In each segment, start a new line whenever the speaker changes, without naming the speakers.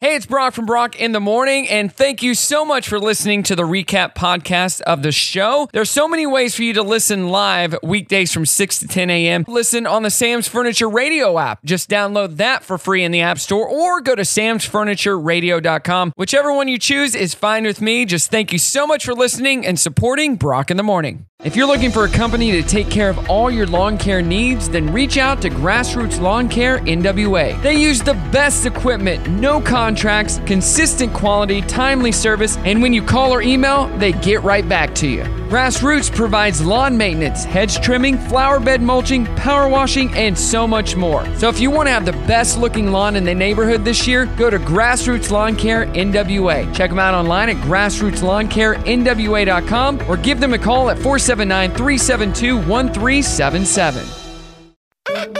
Hey, it's Brock from Brock in the Morning, and thank you so much for listening to the recap podcast of the show. There's so many ways for you to listen live weekdays from 6 to 10 a.m. Listen on the Sam's Furniture Radio app. Just download that for free in the App Store or go to samsfurnitureradio.com. Whichever one you choose is fine with me. Just thank you so much for listening and supporting Brock in the Morning. If you're looking for a company to take care of all your lawn care needs, then reach out to Grassroots Lawn Care NWA. They use the best equipment, no contracts, consistent quality, timely service, and when you call or email, they get right back to you. Grassroots provides lawn maintenance, hedge trimming, flower bed mulching, power washing, and so much more. So if you want to have the best looking lawn in the neighborhood this year, go to Grassroots Lawn Care NWA. Check them out online at grassrootslawncarenwa.com or give them a call at 479 372 1377.
Good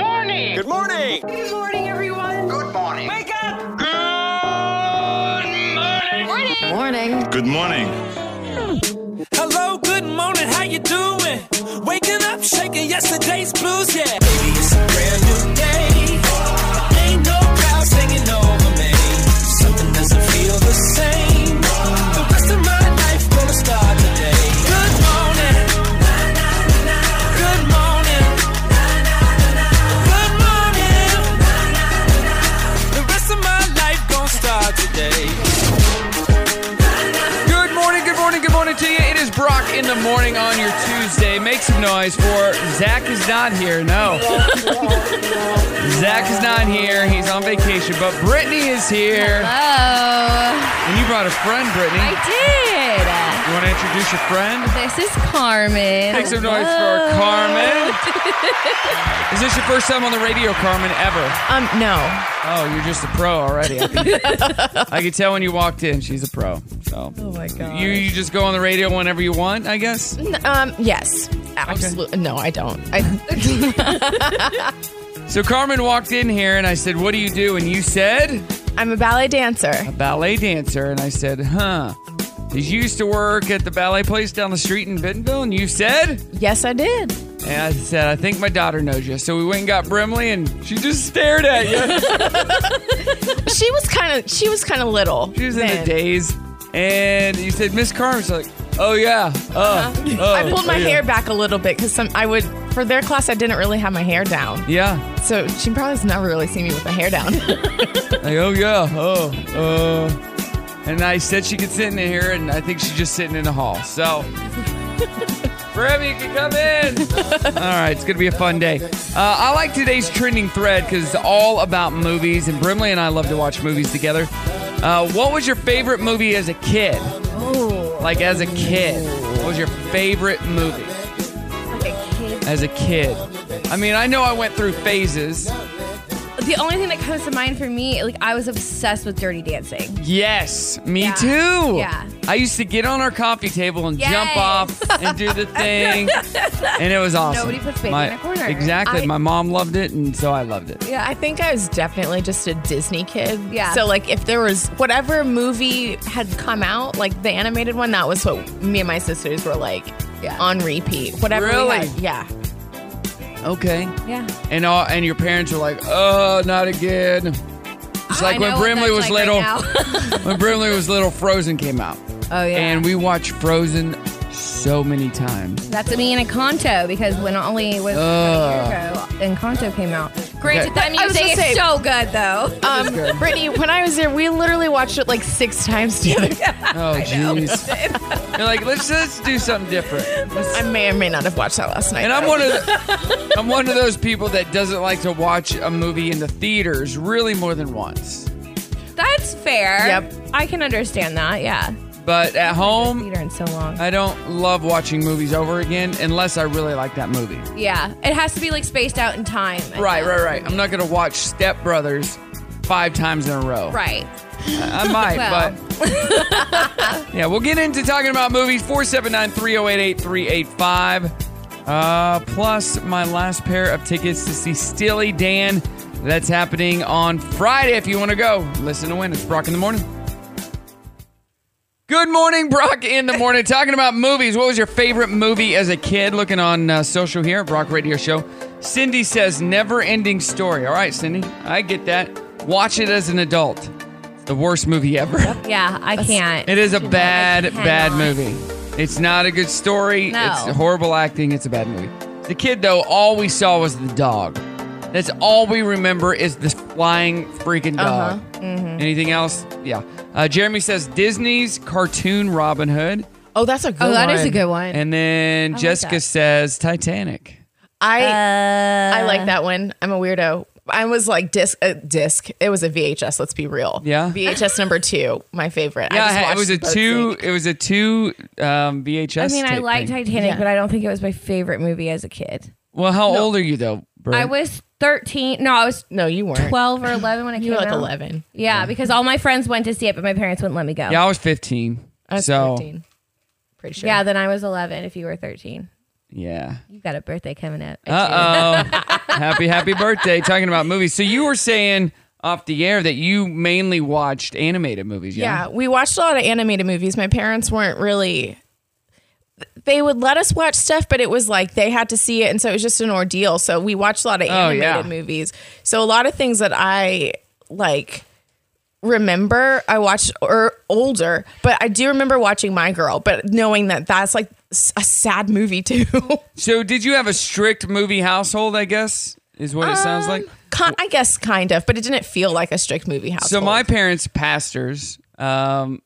morning.
Good morning.
Good morning, everyone.
Good morning.
Wake up.
Good morning.
Morning.
Good morning.
Hello, good morning, how you doing? Waking up, shaking yesterday's blues, yeah. Baby, it's a brand new day. Ain't no clouds hanging over me. Something doesn't feel the same. The rest of my life gonna start today. Good morning. Good morning. Good morning. The rest of my life gonna start today.
Good morning, good morning, good morning to you. It is Brock in the morning on your Tuesday. Make some noise for Zach is not here. No. Zach is not here. He's on vacation, but Brittany is here.
Oh,
And you brought a friend, Brittany.
I did.
You want to introduce your friend?
This is Carmen.
Make some noise for Carmen. Is this your first time on the radio, Carmen, ever?
Um, no.
Oh, you're just a pro already. I can, I could tell when you walked in, she's a pro. So
Oh my god.
you you just go on the radio whenever you want, I guess.
um, yes. Absolutely. No, I don't. I,
So Carmen walked in here, and I said, "What do you do?" And you said,
I'm a ballet dancer.
"A ballet dancer." And I said, "Huh." Did you used to work at the ballet place down the street in Bentonville? And you said,
Yes, I did.
And I said, I think my daughter knows you. So we went and got Brimley, and she just stared at you.
She was kind of. She was kind of little.
She was in a
then.
daze. And you said, Miss Carmen's like, oh, yeah. Uh, uh,
Uh-huh. I pulled my
oh, yeah."
hair back a little bit because some I would for their class I didn't really have my hair down,
Yeah.
so she probably has never really seen me with my hair down.
Like, oh, yeah. Oh, uh. And I said she could sit in here, and I think she's just sitting in the hall. So, Brim, you can come in. all right. It's going to be a fun day. Uh, I like today's trending thread because it's all about movies, and Brimley and I love to watch movies together. Uh, what was your favorite movie as a kid? Like, as a kid, what was your favorite movie? As a kid. I mean, I know I went through phases.
The only thing that comes to mind for me, like I was obsessed with Dirty Dancing.
Yes, me
Yeah.
too.
Yeah.
I used to get on our coffee table and jump
Yes.
off and do the thing. and it was awesome.
Nobody puts baby in
My-
a corner.
Exactly.
I-
My mom loved it, and so I loved it.
Yeah, I think I was definitely just a Disney kid.
Yeah.
So like, if there was whatever movie had come out, like the animated one, that was what me and my sisters were like
Yeah.
on repeat. Whatever. we
Really?
had- yeah.
Okay.
Yeah.
And all, and your parents were like, "Oh, not again." It's like
I
when
know what
Brimley
that's
was
like
little.
right now.
when Brimley was little, Frozen came out,
oh yeah.
and we watched Frozen so many times.
That's me and Encanto because when only was uh, a year ago, Encanto came out. Granted,
Okay.
that
I was
music
gonna
is
say-
so good though.
Um, Brittany, when I was there, we literally watched it like six times together.
Oh, jeez. You're like, let's let's do something different. Let's-
I may or may not have watched that last night.
And I'm one of the, I'm one of those people that doesn't like to watch a movie in the theaters really more than once.
That's fair.
Yep.
I can understand that. Yeah.
But at home,
Theater in so long.
I don't love watching movies over again unless I really like that movie.
yeah. It has to be like spaced out in time. I
Right,
think.
right, right. I'm not gonna watch Step Brothers five times in a row.
Right.
I might,
Well.
but yeah, we'll get into talking about movies. 479-308-8385. Uh, plus my last pair of tickets to see Steely Dan. That's happening on Friday. If you want to go, listen to when it's Brock in the morning. Good morning, Brock in the morning. Talking about movies. What was your favorite movie as a kid? Looking on uh, social here, Brock Radio Show. Cindy says, never ending story. All right, Cindy, I get that. Watch it as an adult. It's the worst movie ever.
Yeah, I can't.
It is a bad,
Hang
bad
on.
movie. It's not a good story.
No.
It's horrible acting. It's a bad movie. The kid, though, all we saw was the dog. That's all we remember is this flying freaking
Uh-huh.
dog.
Mm-hmm.
Anything else? Yeah. Uh, Jeremy says Disney's cartoon Robin Hood.
Oh, that's a good
Oh, that is a
one.
good one.
And then Jessica
that.
says Titanic.
I
Uh,
I like that one. I'm a weirdo. I was like disc uh, disc. It was a VHS. Let's be real.
Yeah.
VHS number two, my favorite.
Yeah,
just
it
watched
was a
both
two.
of them.
It was a two um, VHS.
I mean, I
tape
like
thing.
Titanic,
Yeah.
but I don't think it was my favorite movie as a kid.
Well, how old are you though? Bert?
I was 13. No, I was
No, you weren't.
12 or 11 when it
You
came
were like
out.
eleven.
Yeah, because all my friends went to see it, but my parents wouldn't let me go.
Yeah, I was fifteen.
I was
so
thirteen. Pretty sure.
Yeah, then I was 11 if you were 13.
yeah.
You got a birthday coming up.
Uh oh. happy, happy birthday. Talking about movies. So you were saying off the air that you mainly watched animated movies.
Yeah, we watched a lot of animated movies. My parents weren't really they would let us watch stuff, but it was like they had to see it and so it was just an ordeal. So we watched a lot of animated
Oh, yeah.
movies. So a lot of things that I like remember I watched or older, but I do remember watching My Girl, but knowing that that's like s- a sad movie too.
So did you have a strict movie household? I guess is what it sounds
Um,
like.
Ki- I guess kind of, but it didn't feel like a strict movie house.
So my parents, pastors, um,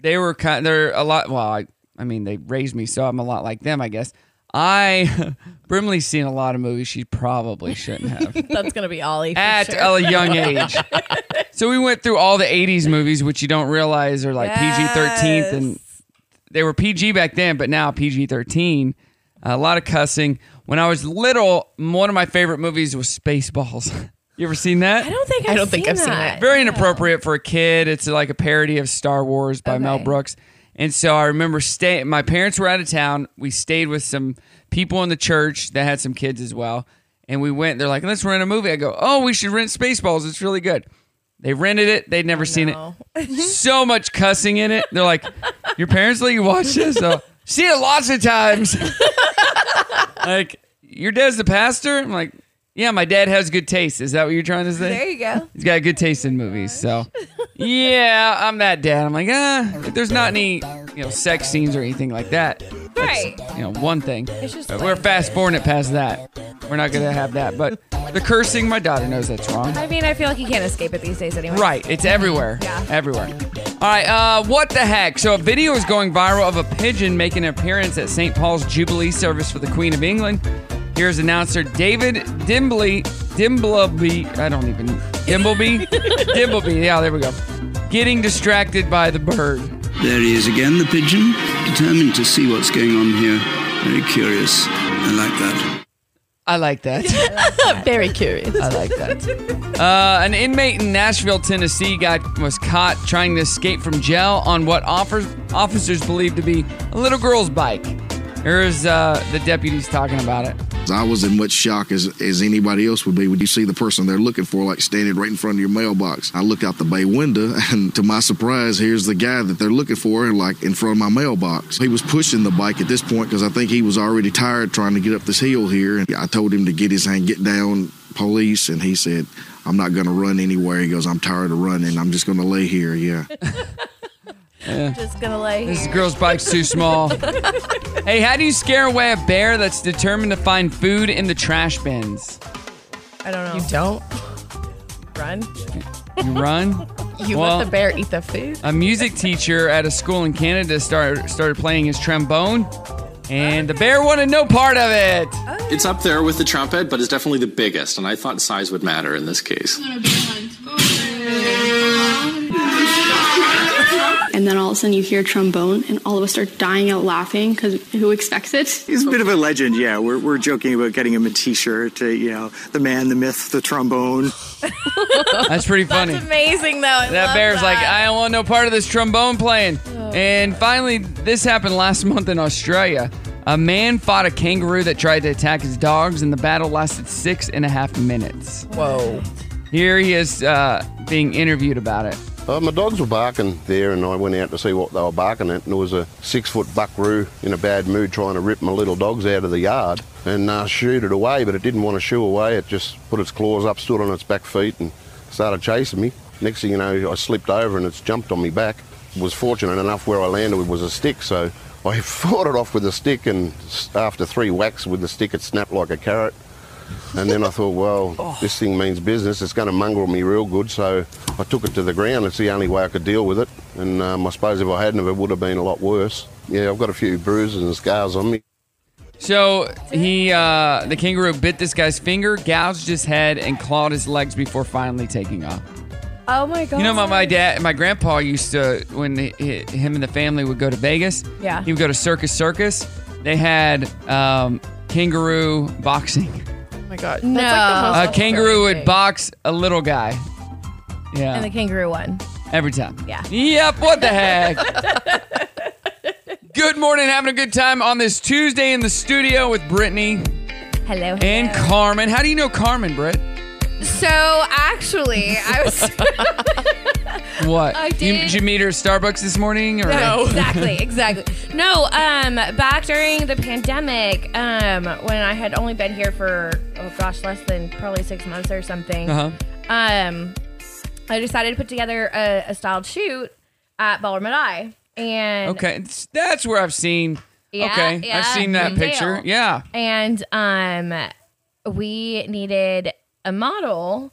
they were kind. They're a lot. Well, I, I mean, they raised me, so I'm a lot like them, I guess. I Brimley's seen a lot of movies she probably shouldn't have.
that's gonna be Ollie. for
at
sure.
a young age. so we went through all the 80s movies, which you don't realize are like PG 13th. And they were PG back then, but now PG 13. A lot of cussing. When I was little, one of my favorite movies was Spaceballs. you ever seen that?
I don't think I've
I don't think
seen
I've seen
that.
it.
Very inappropriate for a kid. It's like a parody of Star Wars by Mel
Okay.
Brooks. And so I remember staying. My parents were out of town. We stayed with some people in the church that had some kids as well. And we went. They're like, "Let's rent a movie." I go, "Oh, we should rent Spaceballs. It's really good." They rented it. They'd never seen it. so much cussing in it. They're like, "Your parents let you watch this?" i See it lots of times. like, your dad's the pastor. I'm like, "Yeah, my dad has good taste." Is that what you're trying to say?
There you go.
He's got good taste in movies, so yeah, I'm that dad. I'm like, ah, if there's not any, you know, sex scenes or anything like that.
Right.
You know, one thing.
It's just
But we're
like-
fast forwarding it past that. We're not gonna have that. But the cursing, my daughter knows that's wrong.
I mean, I feel like you can't escape it these days anyway.
Right, it's everywhere.
Yeah.
Everywhere. All right, uh, what the heck? So, a video is going viral of a pigeon making an appearance at St. Paul's Jubilee service for the Queen of England. Here's announcer David Dimbley, Dimbleby, I don't even, Dimbleby? Dimbleby, yeah, there we go. Getting distracted by the bird.
There he is again, the pigeon, determined to see what's going on here. Very curious. I like that.
I like that.
very curious.
I like that. Uh, an inmate in Nashville, Tennessee, got was caught trying to escape from jail on what offers, officers believe to be a little girl's bike. Here's uh, the deputies talking about it.
I was in much shock as, as anybody else would be when you see the person they're looking for, like standing right in front of your mailbox. I look out the bay window, and to my surprise, here's the guy that they're looking for, like in front of my mailbox. He was pushing the bike at this point because I think he was already tired trying to get up this hill here. And I told him to get his hand, get down, police, and he said, I'm not going to run anywhere. He goes, I'm tired of running. I'm just going to lay here. Yeah.
Just gonna lay
This
here.
girl's bike's too small. hey, how do you scare away a bear that's determined to find food in the trash bins?
I don't know.
You don't run.
You run?
You
Well-
let the bear eat the food.
A music teacher at a school in Canada started started playing his trombone, and the bear wanted no part of it.
It's up there with the trumpet, but it's definitely the biggest, and I thought size would matter in this case.
And then all of a sudden you hear trombone, and all of us start dying out laughing because who expects it?
He's a bit of a legend, yeah. We're, we're joking about getting him a t shirt, you know, the man, the myth, the trombone.
That's pretty funny.
Amazing though. I
That
love
bear's like,
that. Oh.
I don't want no part of this trombone playing. And finally, this happened last month in Australia. A man fought a kangaroo that tried to attack his dogs, and the battle lasted six and a half minutes.
whoa.
Here he is uh, being interviewed about it.
Uh, my dogs were barking there, and I went out to see what they were barking at, and there was a six-foot buckaroo in a bad mood trying to rip my little dogs out of the yard and uh, shoot it away, but it didn't want to shoo away. It just put its claws up, stood on its back feet, and started chasing me. Next thing you know, I slipped over and it's jumped on me back. Was fortunate enough where I landed was a stick, so I fought it off with a stick, and s- after three whacks with the stick, it snapped like a carrot. And then I thought, well, this thing means business. It's going to mongrel me real good. So I took it to the ground. It's the only way I could deal with it. And um, I suppose if I hadn't, it would have been a lot worse. Yeah, I've got a few bruises and scars on me.
So he, uh, the kangaroo, bit this guy's finger, gouged his head, and clawed his legs before finally taking off.
Oh my god.
You know, my, my dad, my grandpa used to when he, him and the family would go to Vegas.
Yeah.
he would go to Circus Circus. They had um, kangaroo boxing.
Oh my god.
No.
A kangaroo would box a little guy.
And the
Yeah,
kangaroo won.
every time.
Yeah.
Yep. What the heck? good morning. Having a good time on this Tuesday in the studio with Brittany
Hello. hello.
and Carmen. How do you know Carmen, Britt?
so actually, I was
What?
I
You-
did.
did you meet her at Starbucks this morning? Or?
exactly, exactly. No, um, back during the pandemic, um, when I had only been here for oh gosh, less than probably six months or something.
Uh-huh.
Um, I decided to put together a, a styled shoot at Ballroom and I, and
Okay, it's- that's where I've seen.
Yeah,
okay,
yeah,
I've seen that
Dale.
picture. Yeah.
and um, we needed a model,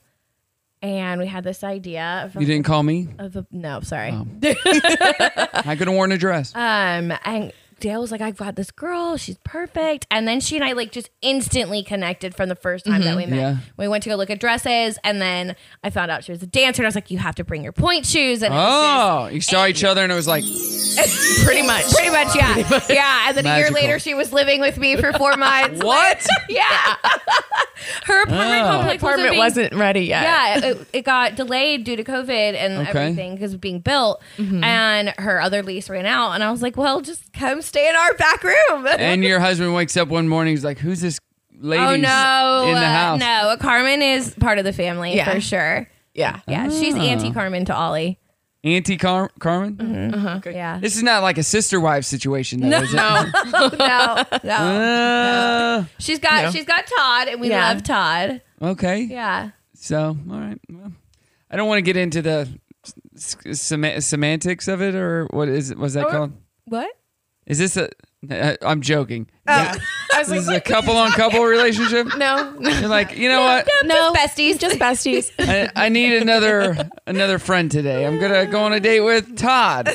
and we had this idea. Of
You Oh, didn't call me.
Of a, no, sorry.
I could have worn a dress.
Um, and Dale was like, I've got this girl. She's perfect. And then she and I like just instantly connected from the first time that we met.
Yeah.
We went to go look at dresses, and then I found out she was a dancer. And I was like, you have to bring your point shoes. And it was
Oh, you saw each other and it was like,
just- pretty much, pretty much, yeah, yeah. And then a
Magical.
year later, she was living with me for four months.
what?
yeah, her apartment
Oh.
complex
Apartment
being-
wasn't ready yet.
yeah, it, it got delayed due to COVID and
Okay.
everything because was being built, and her other lease ran out. And I was like, "Well, just come stay in our back room."
and your husband wakes up one morning. He's like, "Who's this lady?"
oh no,
in the
uh,
house.
no, Carmen is part of the family
Yeah. Ah.
for sure.
Yeah.
Yeah, she's anti Carmen to Ollie.
Auntie Car- Carmen.
Mm-hmm. Yeah,
This is not like a sister wife situation. Though, is it?
no, no,
Uh,
she's got she's got Todd, and we
Yeah.
love Todd.
okay.
Yeah,
So, all right. Well, I don't want to get into the s- s- sem- semantics of it, or what is it? Was that
Or-
called?
what?
Is this a? I- I'm joking.
I was
This is a
like,
couple on couple relationship.
no, no,
You're like, you know what?
No, just besties,
just besties.
I, I need another another friend today. I'm gonna go on a date with Todd.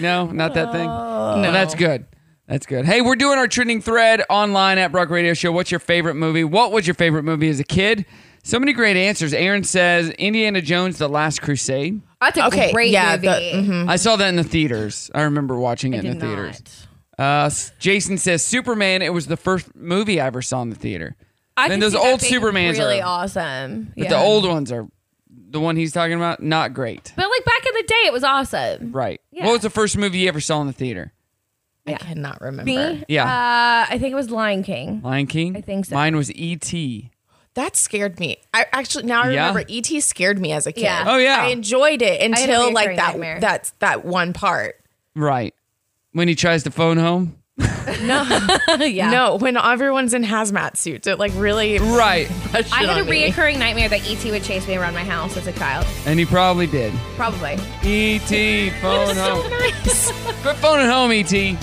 no, not that thing. No, that's good. That's good. Hey, we're doing our trending thread online at Brock Radio Show. What's your favorite movie? What was your favorite movie as a kid? So many great answers. Aaron says Indiana Jones: The Last Crusade.
That's a
Okay,
great
yeah,
movie.
the- mhm.
I saw that in the theaters. I remember watching it
Did
in the theaters.
not.
Uh, S- Jason says Superman. It was the first movie I ever saw in the theater.
I
and
could
those
see that
old
being
Supermans
really
are
awesome.
But the old ones are the one he's talking about, not great.
But like back in the day, it was awesome.
Right.
Yeah.
What was the first movie you ever saw in the theater?
I cannot remember.
Me?
Yeah.
Uh, I think it was Lion King.
Lion King?
I think so.
Mine was E E.T.
That scared me. I actually now I
Yeah.
remember ET scared me as a kid.
Yeah.
Oh, yeah.
I enjoyed it
a
until like
recurring
that
nightmare.
that's that one part.
Right. When he tries to phone home?
yeah.
No, when everyone's in hazmat suits, it like really
Right.
I had a
me.
reoccurring nightmare that ET would chase me around my house as a child.
And he probably did.
Probably.
E.T. phone home. Quit phoning home, E.T.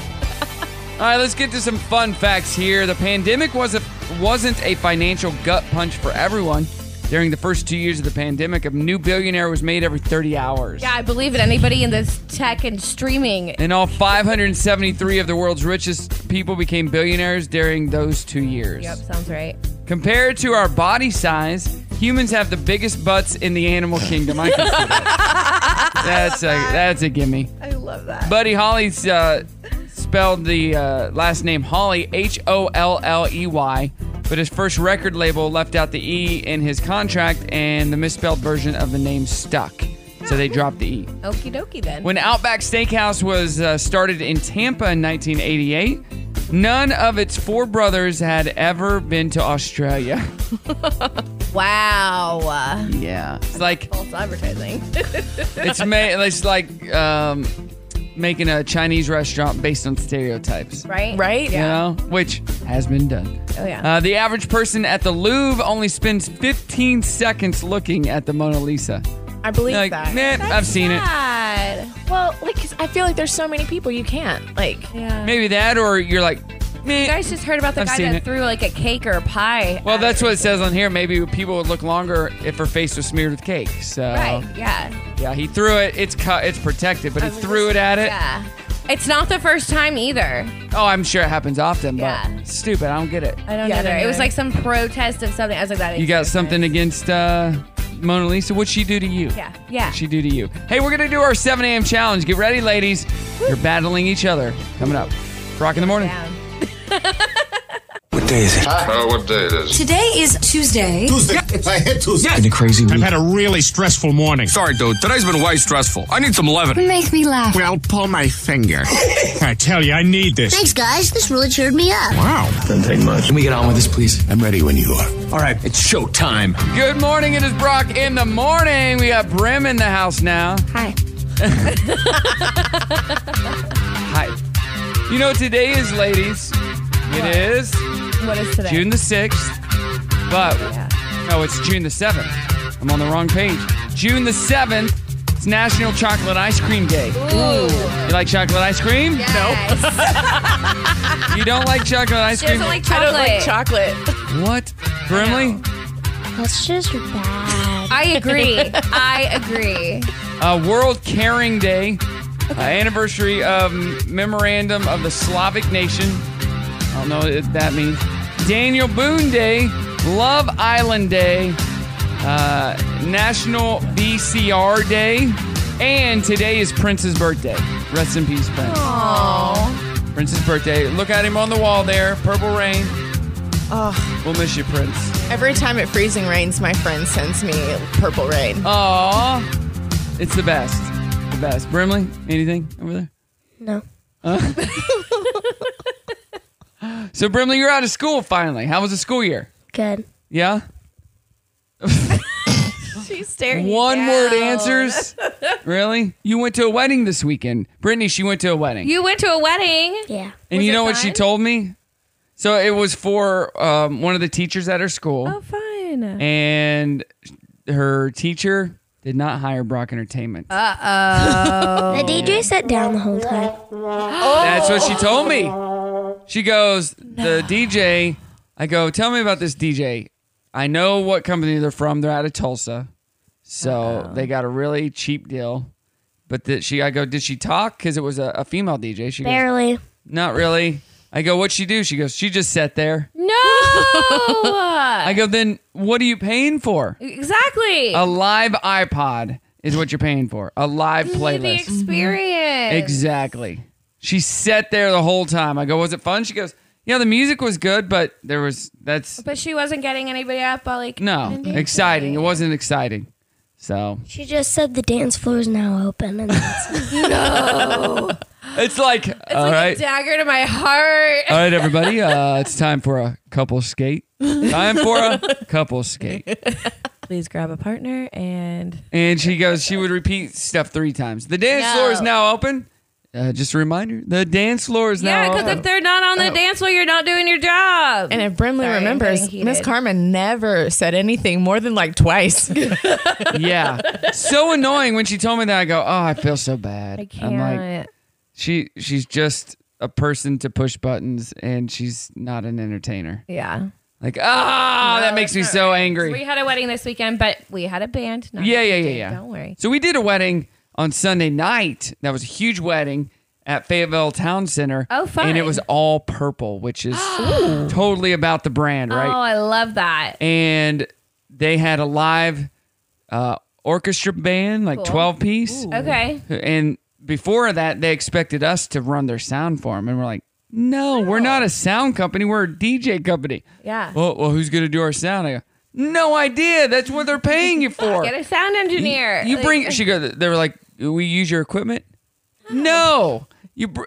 All right, let's get to some fun facts here. The pandemic was a, wasn't a financial gut punch for everyone. During the first two years of the pandemic, a new billionaire was made every 30 hours.
Yeah, I believe it. Anybody in this tech and streaming.
And all 573 of the world's richest people became billionaires during those two years.
Yep, sounds right.
Compared to our body size, humans have the biggest butts in the animal kingdom. I can see that. That's a that's a gimme.
I love that.
Buddy Holly's uh, spelled the uh, last name Holly H O L L E Y, but his first record label left out the E in his contract, and the misspelled version of the name stuck, so they dropped the E.
Okie dokie then.
When Outback Steakhouse was uh, started in Tampa in 1988, none of its four brothers had ever been to Australia.
wow. Uh,
Yeah, it's like
false advertising.
it's made. It's like um, making a Chinese restaurant based on stereotypes.
Right?
Right?
You know, which has been done.
Oh, yeah.
Uh, the average person at the Louvre only spends 15 seconds looking at the Mona Lisa.
I believe
Like,
that.
nah, I've seen it.
it. Well, like 'cause I feel like there's so many people you can't like.
Yeah.
Maybe that, or you're like,
You guys just heard about the
I've
guy
seen
that
it.
threw like a cake or a pie.
well, that's what it says on here. Maybe people would look longer if her face was smeared with cake. So,
Right. Yeah.
yeah, he threw it. It's cut. It's protected, but he threw it at it.
Yeah. It's not the first time either.
Oh, I'm sure it happens often, but
Yeah.
stupid. I don't get it.
I don't
Yeah, I
either.
don't
It was
know.
like some protest of something. I was like, that.
You got something against uh, Mona Lisa? What'd she do to you?
Yeah. Yeah.
What'd she do to you? Hey, we're gonna do our 7 a.m. challenge. Get ready, ladies. You're battling each other. Coming up, rock in the morning.
What day is it? Oh, what day it is?
Today is Tuesday. Tuesday. It's I hit Tuesday.
It's been a crazy I've had a really stressful morning. Sorry, dude. Today's been way stressful. I need some levity.
Make me laugh.
Well, pull my finger. I tell you, I need this.
Thanks, guys. This really cheered me up.
Wow. Doesn't take much. Can we get on with this, please? I'm ready when you are. All right, it's showtime.
Good morning. It is Brock in the morning. We got Brim in the house now.
Hi.
Hi. You know what today is, ladies? It is
What is today?
June the 6th. But, no, it's June the 7th. I'm on the wrong page. June the 7th. It's National Chocolate Ice Cream Day. You like chocolate ice cream? No. you don't like chocolate ice cream?
I don't like chocolate.
What? Brimley?
That's just bad.
I agree. I agree.
Uh, World Caring Day, uh, anniversary of Memorandum of the Slavic Nation. I don't know what that means. Daniel Boone Day, Love Island Day, uh, National VCR Day, and today is Prince's birthday. Rest in peace, Prince.
Aww.
Prince's birthday. Look at him on the wall there, Purple Rain.
Oh,
We'll miss you, Prince.
every time it freezing rains, my friend sends me purple rain.
Aw, it's the best. The best. Brimley, anything over there?
No.
So, Brimley, you're out of school finally. How was the school year?
Good.
Yeah?
She's staring.
One word answers? really? You went to a wedding this weekend. Brittany, she went to a wedding.
You went to a wedding.
Yeah.
and you know what she told me? So, it was for um, one of the teachers at her school.
Oh, fine.
And her teacher did not hire Brock Entertainment.
Uh-oh. the DJ sat down the whole time.
That's what she told me. She goes, the DJ. I go, tell me about this DJ. I know what company they're from. They're out of Tulsa, so they got a really cheap deal. But that she, I go, did she talk? Because it was a, a female DJ. She goes,
Barely.
not really. I go, what'd she do? She goes, she just sat there.
No.
I Oh, go, then what are you paying for?
exactly.
A live iPod is what you're paying for. A live
Give me the
playlist.
experience.
Mm-hmm. Exactly. She sat there the whole time. I go, was it fun? She goes, yeah, the music was good, but there was that's
But she wasn't getting anybody up. But like,
no exciting. It wasn't exciting. So
She just said the dance floor is now open. And that's
it's like, all right,
dagger to my heart.
all right, everybody, uh, it's time for a couple skate. Time for a couple skate.
Please grab a partner and.
And she goes, she would repeat stuff three times. The dance floor is
No.
now open. Uh, just a reminder, the dance floor is
Yeah,
now
because
open.
if they're not on the dance floor, you're not doing your job.
And if Brimley
Sorry, I'm
remembers,
getting
Miss
heated.
Carmen never said anything more than like twice.
yeah, so annoying when she told me that. I go, oh, I feel so bad.
I
I'm like,
can't.
she she's just a person to push buttons and she's not an entertainer
Yeah.
like ah that makes me so
We
angry
had a wedding this weekend, but we had a band. not
yeah
a
yeah yeah
DJ,
yeah
Don't worry.
so we did a wedding on sunday night that was a huge wedding at fayetteville town center
Oh, fun.
and it was all purple which is totally about the brand right
Oh, I love that.
and they had a live uh, orchestra band, like
Cool.
12 piece.
Okay.
And before that, they expected us to run their sound for them. And we're like, no, we're not a sound company. We're a DJ company. Oh,
Yeah.
Well, well who's going to do our sound? I go, no idea. That's what they're paying you for.
Get a sound engineer.
You
Like-
bring, she goes, they were like, we use your equipment? No. You br-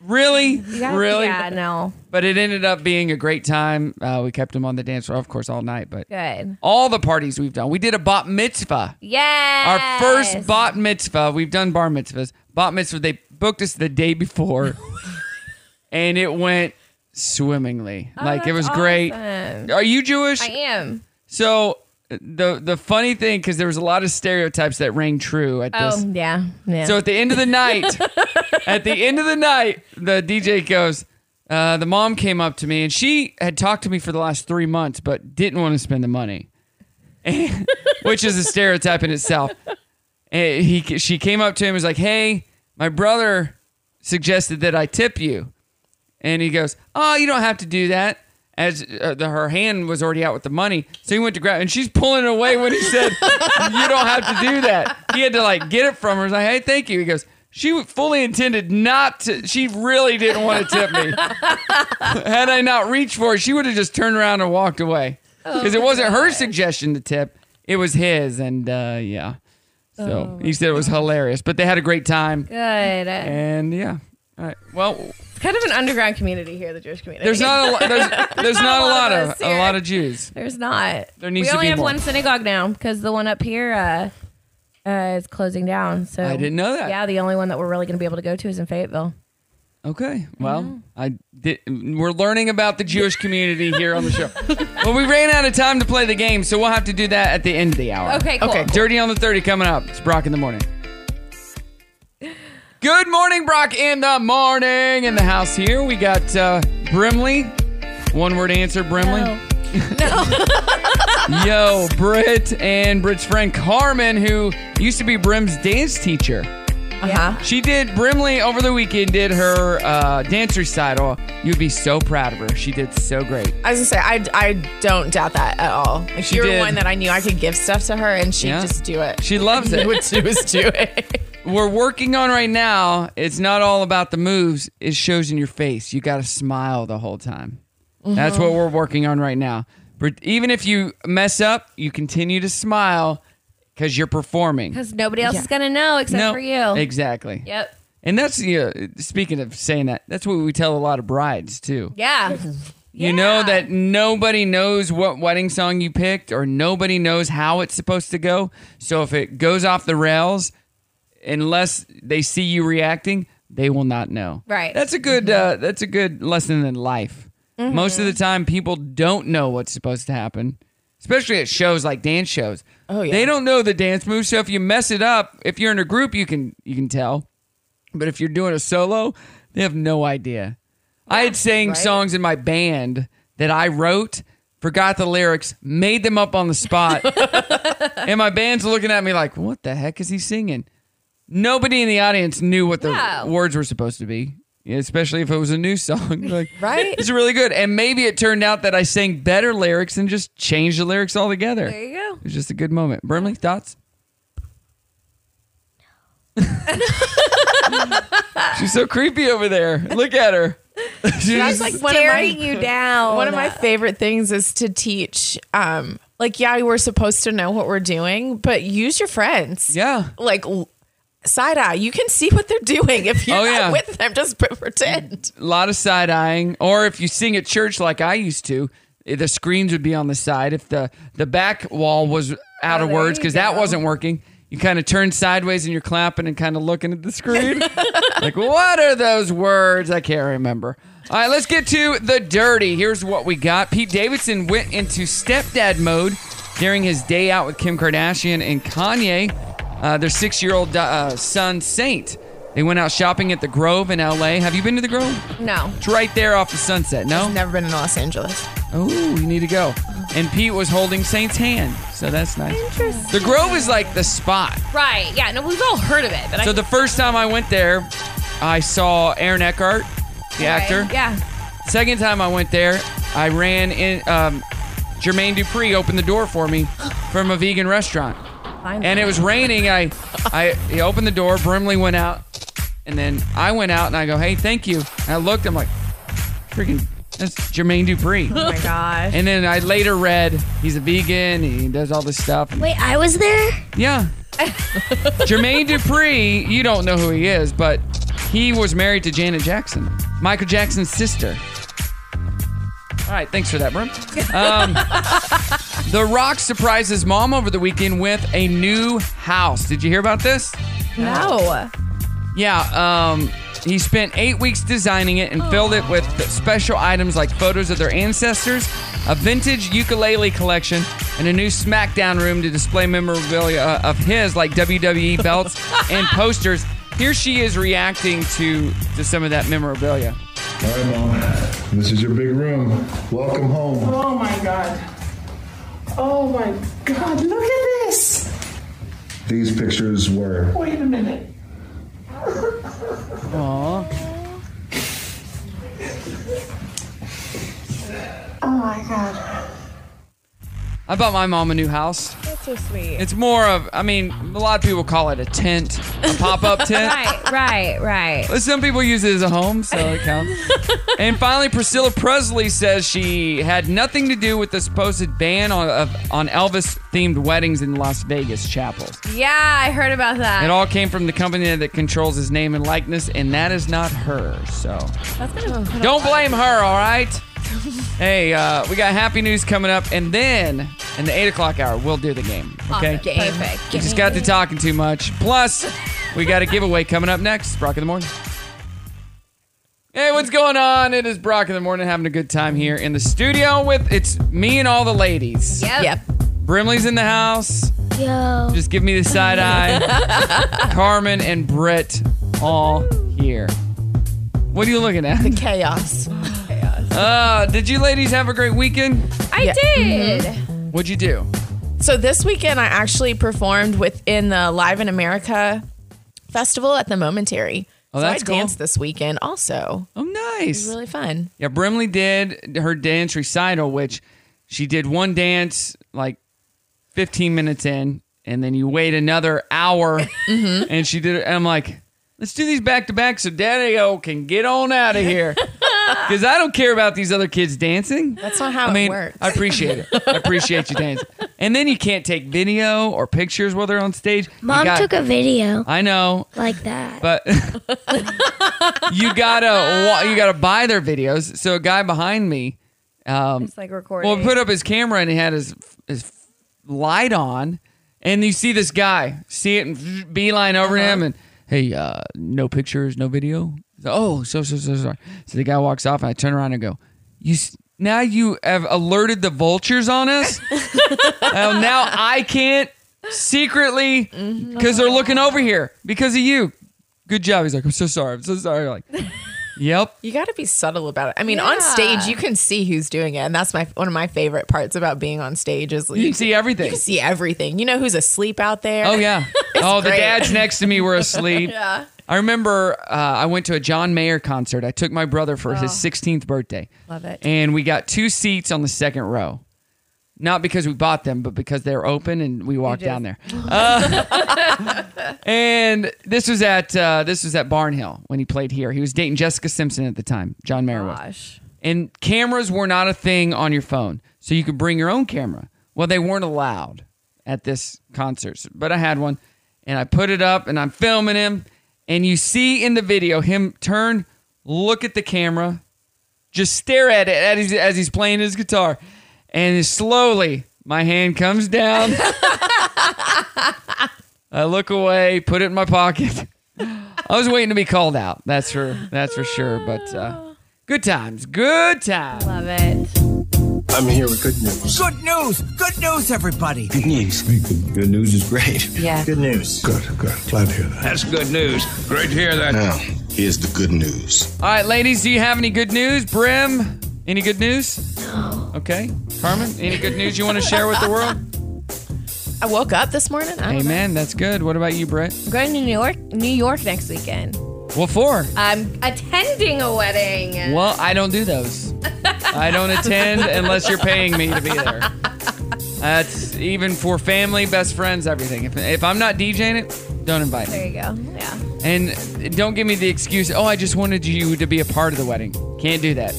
really?
Yeah,
really?
Yeah, no.
But it ended up being a great time. Uh, we kept them on the dance floor, of course, all night. But
Good.
all the parties we've done. We did a bat mitzvah.
Yeah.
Our first bat mitzvah. We've done bar mitzvahs. Bat mitzvah. They booked us the day before, and it went swimmingly. like it was great.
Oh, awesome.
Are you Jewish?
I am.
So the the funny thing, because there was a lot of stereotypes that rang true at this.
Oh yeah, yeah.
So at the end of the night, at the end of the night, the DJ goes. Uh, the mom came up to me and she had talked to me for the last three months, but didn't want to spend the money, which is a stereotype in itself. And he she came up to him and was like, "Hey, my brother suggested that I tip you," and he goes, "Oh, you don't have to do that." As uh, the, her hand was already out with the money, so he went to grab, and she's pulling it away when he said, "You don't have to do that." He had to like get it from her. He's like, "Hey, thank you." He goes. She fully intended not to. She really didn't want to tip me. Had I not reached for it, she would have just turned around and walked away.
Oh,
Because it wasn't her
God.
suggestion to tip; it was his. And uh, yeah,
Oh,
so he said it was hilarious, but they had a great time.
Good.
And yeah, all right. Well,
It's kind of an underground community here, the Jewish community.
there's not a lo- there's, there's not a lot of
us
a
here.
lot of Jews.
There's not.
There needs
we
to
only
be
have
more.
one synagogue now because the one up here uh, uh, is closing down. So
I didn't know that.
Yeah, the only one that we're really going to be able to go to is in Fayetteville.
Okay. Well, I did, we're learning about the Jewish community here on the show. well, we ran out of time to play the game, so we'll have to do that at the end of the hour.
Okay, cool.
Okay. Dirty on the 30 coming up. It's Brock in the morning. Good morning, Brock in the morning. In the house here, we got uh, Brimley. One word answer, Brimley. Yo, Britt and Britt's friend Carmen, who used to be Brim's dance teacher.
Yeah.
She did, Brimley over the weekend did her uh, dance recital. You'd be so proud of her. She did so great.
I was gonna say, I, I don't doubt that at all. Like,
She
you were
did.
one that I knew I could give stuff to her and she'd
Yeah.
just do it.
She loves it.
What she was doing.
We're working on right now. It's not all about the moves, it shows in your face. You got to smile the whole time. That's
Mhm.
Mm-hmm.
what we're working on right now. But even if you mess up, you continue to smile because you're performing.
Because nobody else is going to know except
No,
for you.
Exactly.
Yep.
And that's yeah. Speaking of saying that, that's what we tell a lot of brides too.
Yeah.
You know that nobody knows what wedding song you picked, or nobody knows how it's supposed to go. So if it goes off the rails, unless they see you reacting, they will not know.
Right.
That's a good. Uh, that's a good lesson in life.
Mhm.
Most of the time, people don't know what's supposed to happen, especially at shows like dance shows. Oh yeah. They don't know the dance moves, so if you mess it up, if you're in a group, you can you can tell. But if you're doing a solo, they have no idea. I had sang songs in my band that I wrote, forgot the lyrics, made them up on the spot. and my band's looking at me like, what the heck is he singing? Nobody in the audience knew what the
No.
words were supposed to be, especially if it was a new song. like,
Right.
It's really good. And maybe it turned out that I sang better lyrics and just changed the lyrics altogether.
There you go.
It was just a good moment. Burnley, thoughts? She's so creepy over there. Look at her. She's
That's like one of my-
staring you down.
One of my favorite things is to teach. Um, like, yeah, we're supposed to know what we're doing, but use your friends.
Yeah.
Like l- side eye, you can see what they're doing if you're
Oh,
not
yeah.
with them. Just pre- pretend.
a lot of side eyeing, or if you sing at church like I used to, eh, the screens would be on the side. If the the back wall was out of
there
words
you
because that
go.
wasn't working, you kind of turn sideways and you're clapping and kind of looking at the screen, like what are those words? I can't remember. All right, let's get to the dirty. Here's what we got. Pete Davidson went into stepdad mode during his day out with Kim Kardashian and Kanye. Uh, their six-year-old uh, son Saint. They went out shopping at the Grove in LA. Have you been to the Grove?
No.
It's right there off of Sunset. No,
never been in Los Angeles.
Oh, you need to go. And Pete was holding Saint's hand, so that's nice. The Grove is like the spot.
Right. Yeah. No, we've all heard of it. But
so
I,
the first time I went there, I saw Aaron Eckhart, the
Right,
actor.
Yeah.
Second time I went there, I ran in. Um, Jermaine Dupree opened the door for me from a vegan restaurant, and it was raining. I, I he opened the door. Brimley went out, and then I went out and I go, "Hey, thank you." And I looked. I'm like, "Freaking, that's Jermaine Dupree."
Oh my gosh.
And then I later read he's a vegan. He does all this stuff.
Wait, I was there?
Yeah. Jermaine Dupree, you don't know who he is, but he was married to Janet Jackson, Michael Jackson's sister. All right, thanks for that, Brim. Um, the Rock surprised his mom over the weekend with a new house. Did you hear about this?
No.
Yeah, um, he spent eight weeks designing it and filled it with special items like photos of their ancestors, a vintage ukulele collection, and a new SmackDown room to display memorabilia uh, of his, like WWE belts and posters. Here she is reacting to to some of that memorabilia.
All right, Mom. This is your big room. Welcome home.
Oh my god. Oh my god, look at this.
These pictures were
Wait a minute.
Aww.
Oh my god.
I bought my mom a new house.
That's so sweet.
It's more of, I mean, a lot of people call it a tent, a pop up tent.
right, right, right.
But some people use it as a home, so it counts. and finally, Priscilla Presley says she had nothing to do with the supposed ban on, of, on Elvis themed weddings in Las Vegas chapels.
Yeah, I heard about
It
that.
all came from the company that controls his name and likeness, and that is not her. So
That's gonna put a
don't
lot-
blame her, all right? hey, uh, we got happy news coming up, and then in the 8 o'clock hour, we'll do the game. Okay?
Awesome. Game. Perfect.
We just got to
Game.
talking too much. Plus, we got a giveaway coming up next. Brock in the morning. Hey, what's going on? It is Brock in the morning having a good time here in the studio with it's me and all the ladies.
Yep. Yep.
Brimley's in the house.
Yo.
Just give me the side eye. Carmen and Britt all here. What are you looking at?
The chaos.
Uh, did you ladies have a great weekend?
I did.
What'd you do?
So this weekend, I actually performed within the Live in America festival at the Momentary.
Oh, that's
so I
cool.
danced this weekend also.
Oh, nice.
It was really fun.
Yeah, Brimley did her dance recital, which she did one dance like 15 minutes in, and then you wait another hour,
Mm-hmm.
and she did it. And I'm like, let's do these back to back so Daddy O can get on out of here. Because I don't care about these other kids dancing.
That's not how
I mean,
it works.
I appreciate it. I appreciate you dancing. And then you can't take video or pictures while they're on stage. You
Mom
got-
took a video
I know.
like that.
But you gotta wa- you gotta buy their videos. So a guy behind me, um,
It's like recording.
well, put up his camera and he had his his light on, and you see this guy, see it and beeline over him, and hey, uh, no pictures, no video. So, oh, so so so sorry. So the guy walks off, and I turn around and go, you. s- Now you have alerted the vultures on us. Oh, now I can't secretly because they're looking over here because of you. Good job. He's like, I'm so sorry. I'm so sorry. Like, yep.
You got to be subtle about it. I mean, on stage, you can see who's doing it, and that's my one of my favorite parts about being on stage is
You can see everything.
You can see everything. You know who's asleep out there.
Oh yeah. oh, the
great.
dads next to me were asleep.
Yeah.
I remember uh, I went to a John Mayer concert. I took my brother for his 16th birthday.
Oh. Love it.
And we got two seats on the second row. Not because we bought them, but because they were open and we walked down there. Uh, and this was at uh, this was at Barnhill when he played here. He was dating Jessica Simpson at the time. John Mayer was. And cameras were not a thing on your phone, so you could bring your own camera. Well, they weren't allowed at this concert, but I had one, and I put it up, and I'm filming him, and you see in the video him turn, look at the camera, just stare at it at his, as he's playing his guitar. And slowly, my hand comes down. I look away, put it in my pocket. I was waiting to be called out. That's for that's for sure. But uh, good times, good times.
Love it.
I'm here with good news.
Good news! Good news, everybody!
Good news. Good, good news is great.
Yeah.
Good news. Good, good. Glad to hear that. That's good news. Great to hear that. Now, here's the good news.
All right, ladies, do you have any good news? Brim, any good news? No. Okay, Carmen, any good news you want to share with the world?
I woke up this morning. I don't know.
Amen. That's good. What about you, Brett?
I'm going to New York, New York next weekend.
What for?
I'm attending a wedding.
Well, I don't do those. I don't attend unless you're paying me to be there. That's even for family, best friends, everything. If, if I'm not DJing it, don't invite
There
me.
you go. Yeah.
And don't give me the excuse, oh, I just wanted you to be a part of the wedding. Can't do that.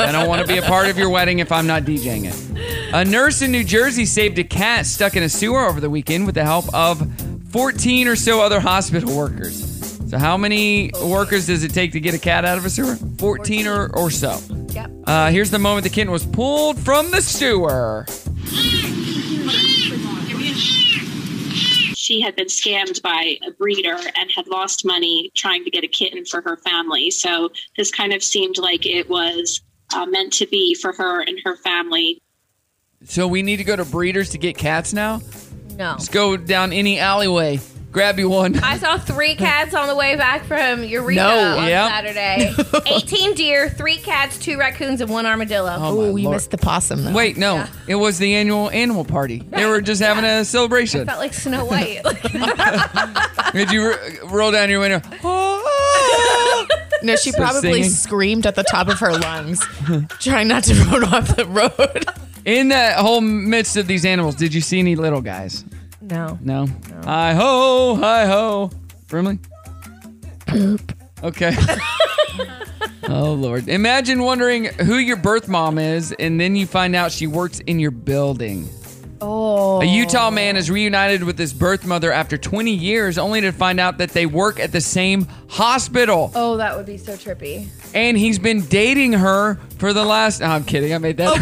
I don't want to be a part of your wedding if I'm not DJing it. A nurse in New Jersey saved a cat stuck in a sewer over the weekend with the help of 14 or so other hospital workers. So, how many workers does it take to get a cat out of a sewer? 14, Or, or so.
Yep.
Uh, here's the moment the kitten was pulled from the sewer.
she had been scammed by a breeder and had lost money trying to get a kitten for her family. So this kind of seemed like it was uh, meant to be for her and her family.
So we need to go to breeders to get cats now.
No.
Let's go down any alleyway, grab you one.
I saw three cats on the way back from Eureka
No,
on
yeah.
Saturday. 18 deer, three cats, two raccoons, and one armadillo.
Oh, you missed
the possum. Though.
Wait, no, it was the annual animal party. They were just having a
I
celebration.
felt like Snow White.
Did you r- roll down your window?
No, she
So
probably
singing.
screamed at the top of her lungs, trying not to run off the road.
In that whole midst of these animals, did you see any little guys?
No.
No. Hi ho, hi ho. Brimley?
Poop.
Okay. oh, Lord. Imagine wondering who your birth mom is, and then you find out she works in your building.
Oh.
A Utah man is reunited with his birth mother after 20 years, only to find out that they work at the same hospital.
Oh, that would be so trippy.
And he's been dating her for the last. No, I'm kidding. I made that.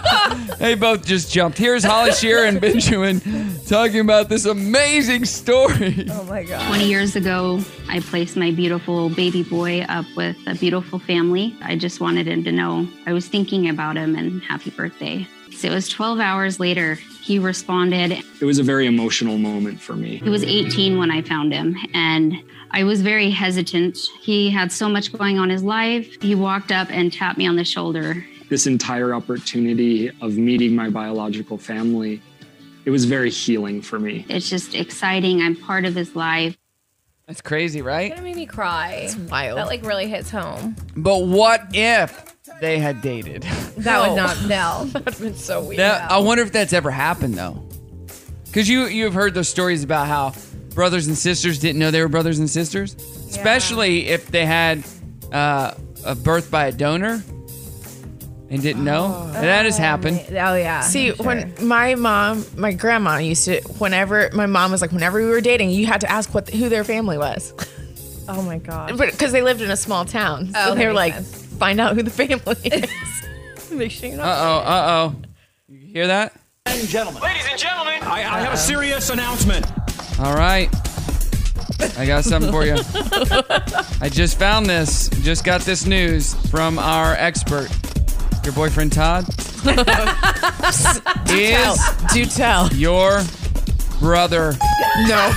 Oh,
God. they both just jumped. Here's Holly Shearer and Benjamin talking about this amazing story.
Oh my God.
20 years ago, I placed my beautiful baby boy up with a beautiful family. I just wanted him to know I was thinking about him and happy birthday. So it was 12 hours later, he responded.
It was a very emotional moment for me.
He was 18 when I found him, and I was very hesitant. He had so much going on in his life. He walked up and tapped me on the shoulder.
This entire opportunity of meeting my biological family, it was very healing for me.
It's just exciting. I'm part of his life.
That's crazy, right?
That made me cry. It's
wild.
That like really hits home.
But what if they had dated?
That
No.
would not. No, oh, that would have been so weird.
That, I wonder if that's ever happened though, because you you have heard those stories about how brothers and sisters didn't know they were brothers and sisters, especially if they had uh, a birth by a donor and didn't know. And that has happened.
Oh yeah.
See, when my mom, my grandma used to, whenever my mom was like, whenever we were dating, you had to ask what who their family was,
Oh my god.
because they lived in a small town. So
Oh, that
they were
makes
like, find out who the family is. Make sure you're
Uh oh,
not-
uh oh. You hear that?
Ladies and gentlemen. Ladies and gentlemen. I, I have
Uh-oh.
a serious announcement.
All right, I got something for you. I just found this. Just got this news from our expert, your boyfriend Todd.
Do
is
tell. Do tell.
Your brother.
No.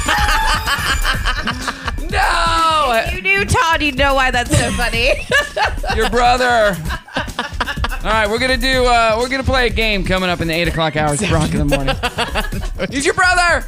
no.
If you knew Todd, you'd know why that's so funny.
your brother. All right, we're gonna do. Uh, we're gonna play a game coming up in the eight o'clock hours. Bronk in the morning. He's your brother.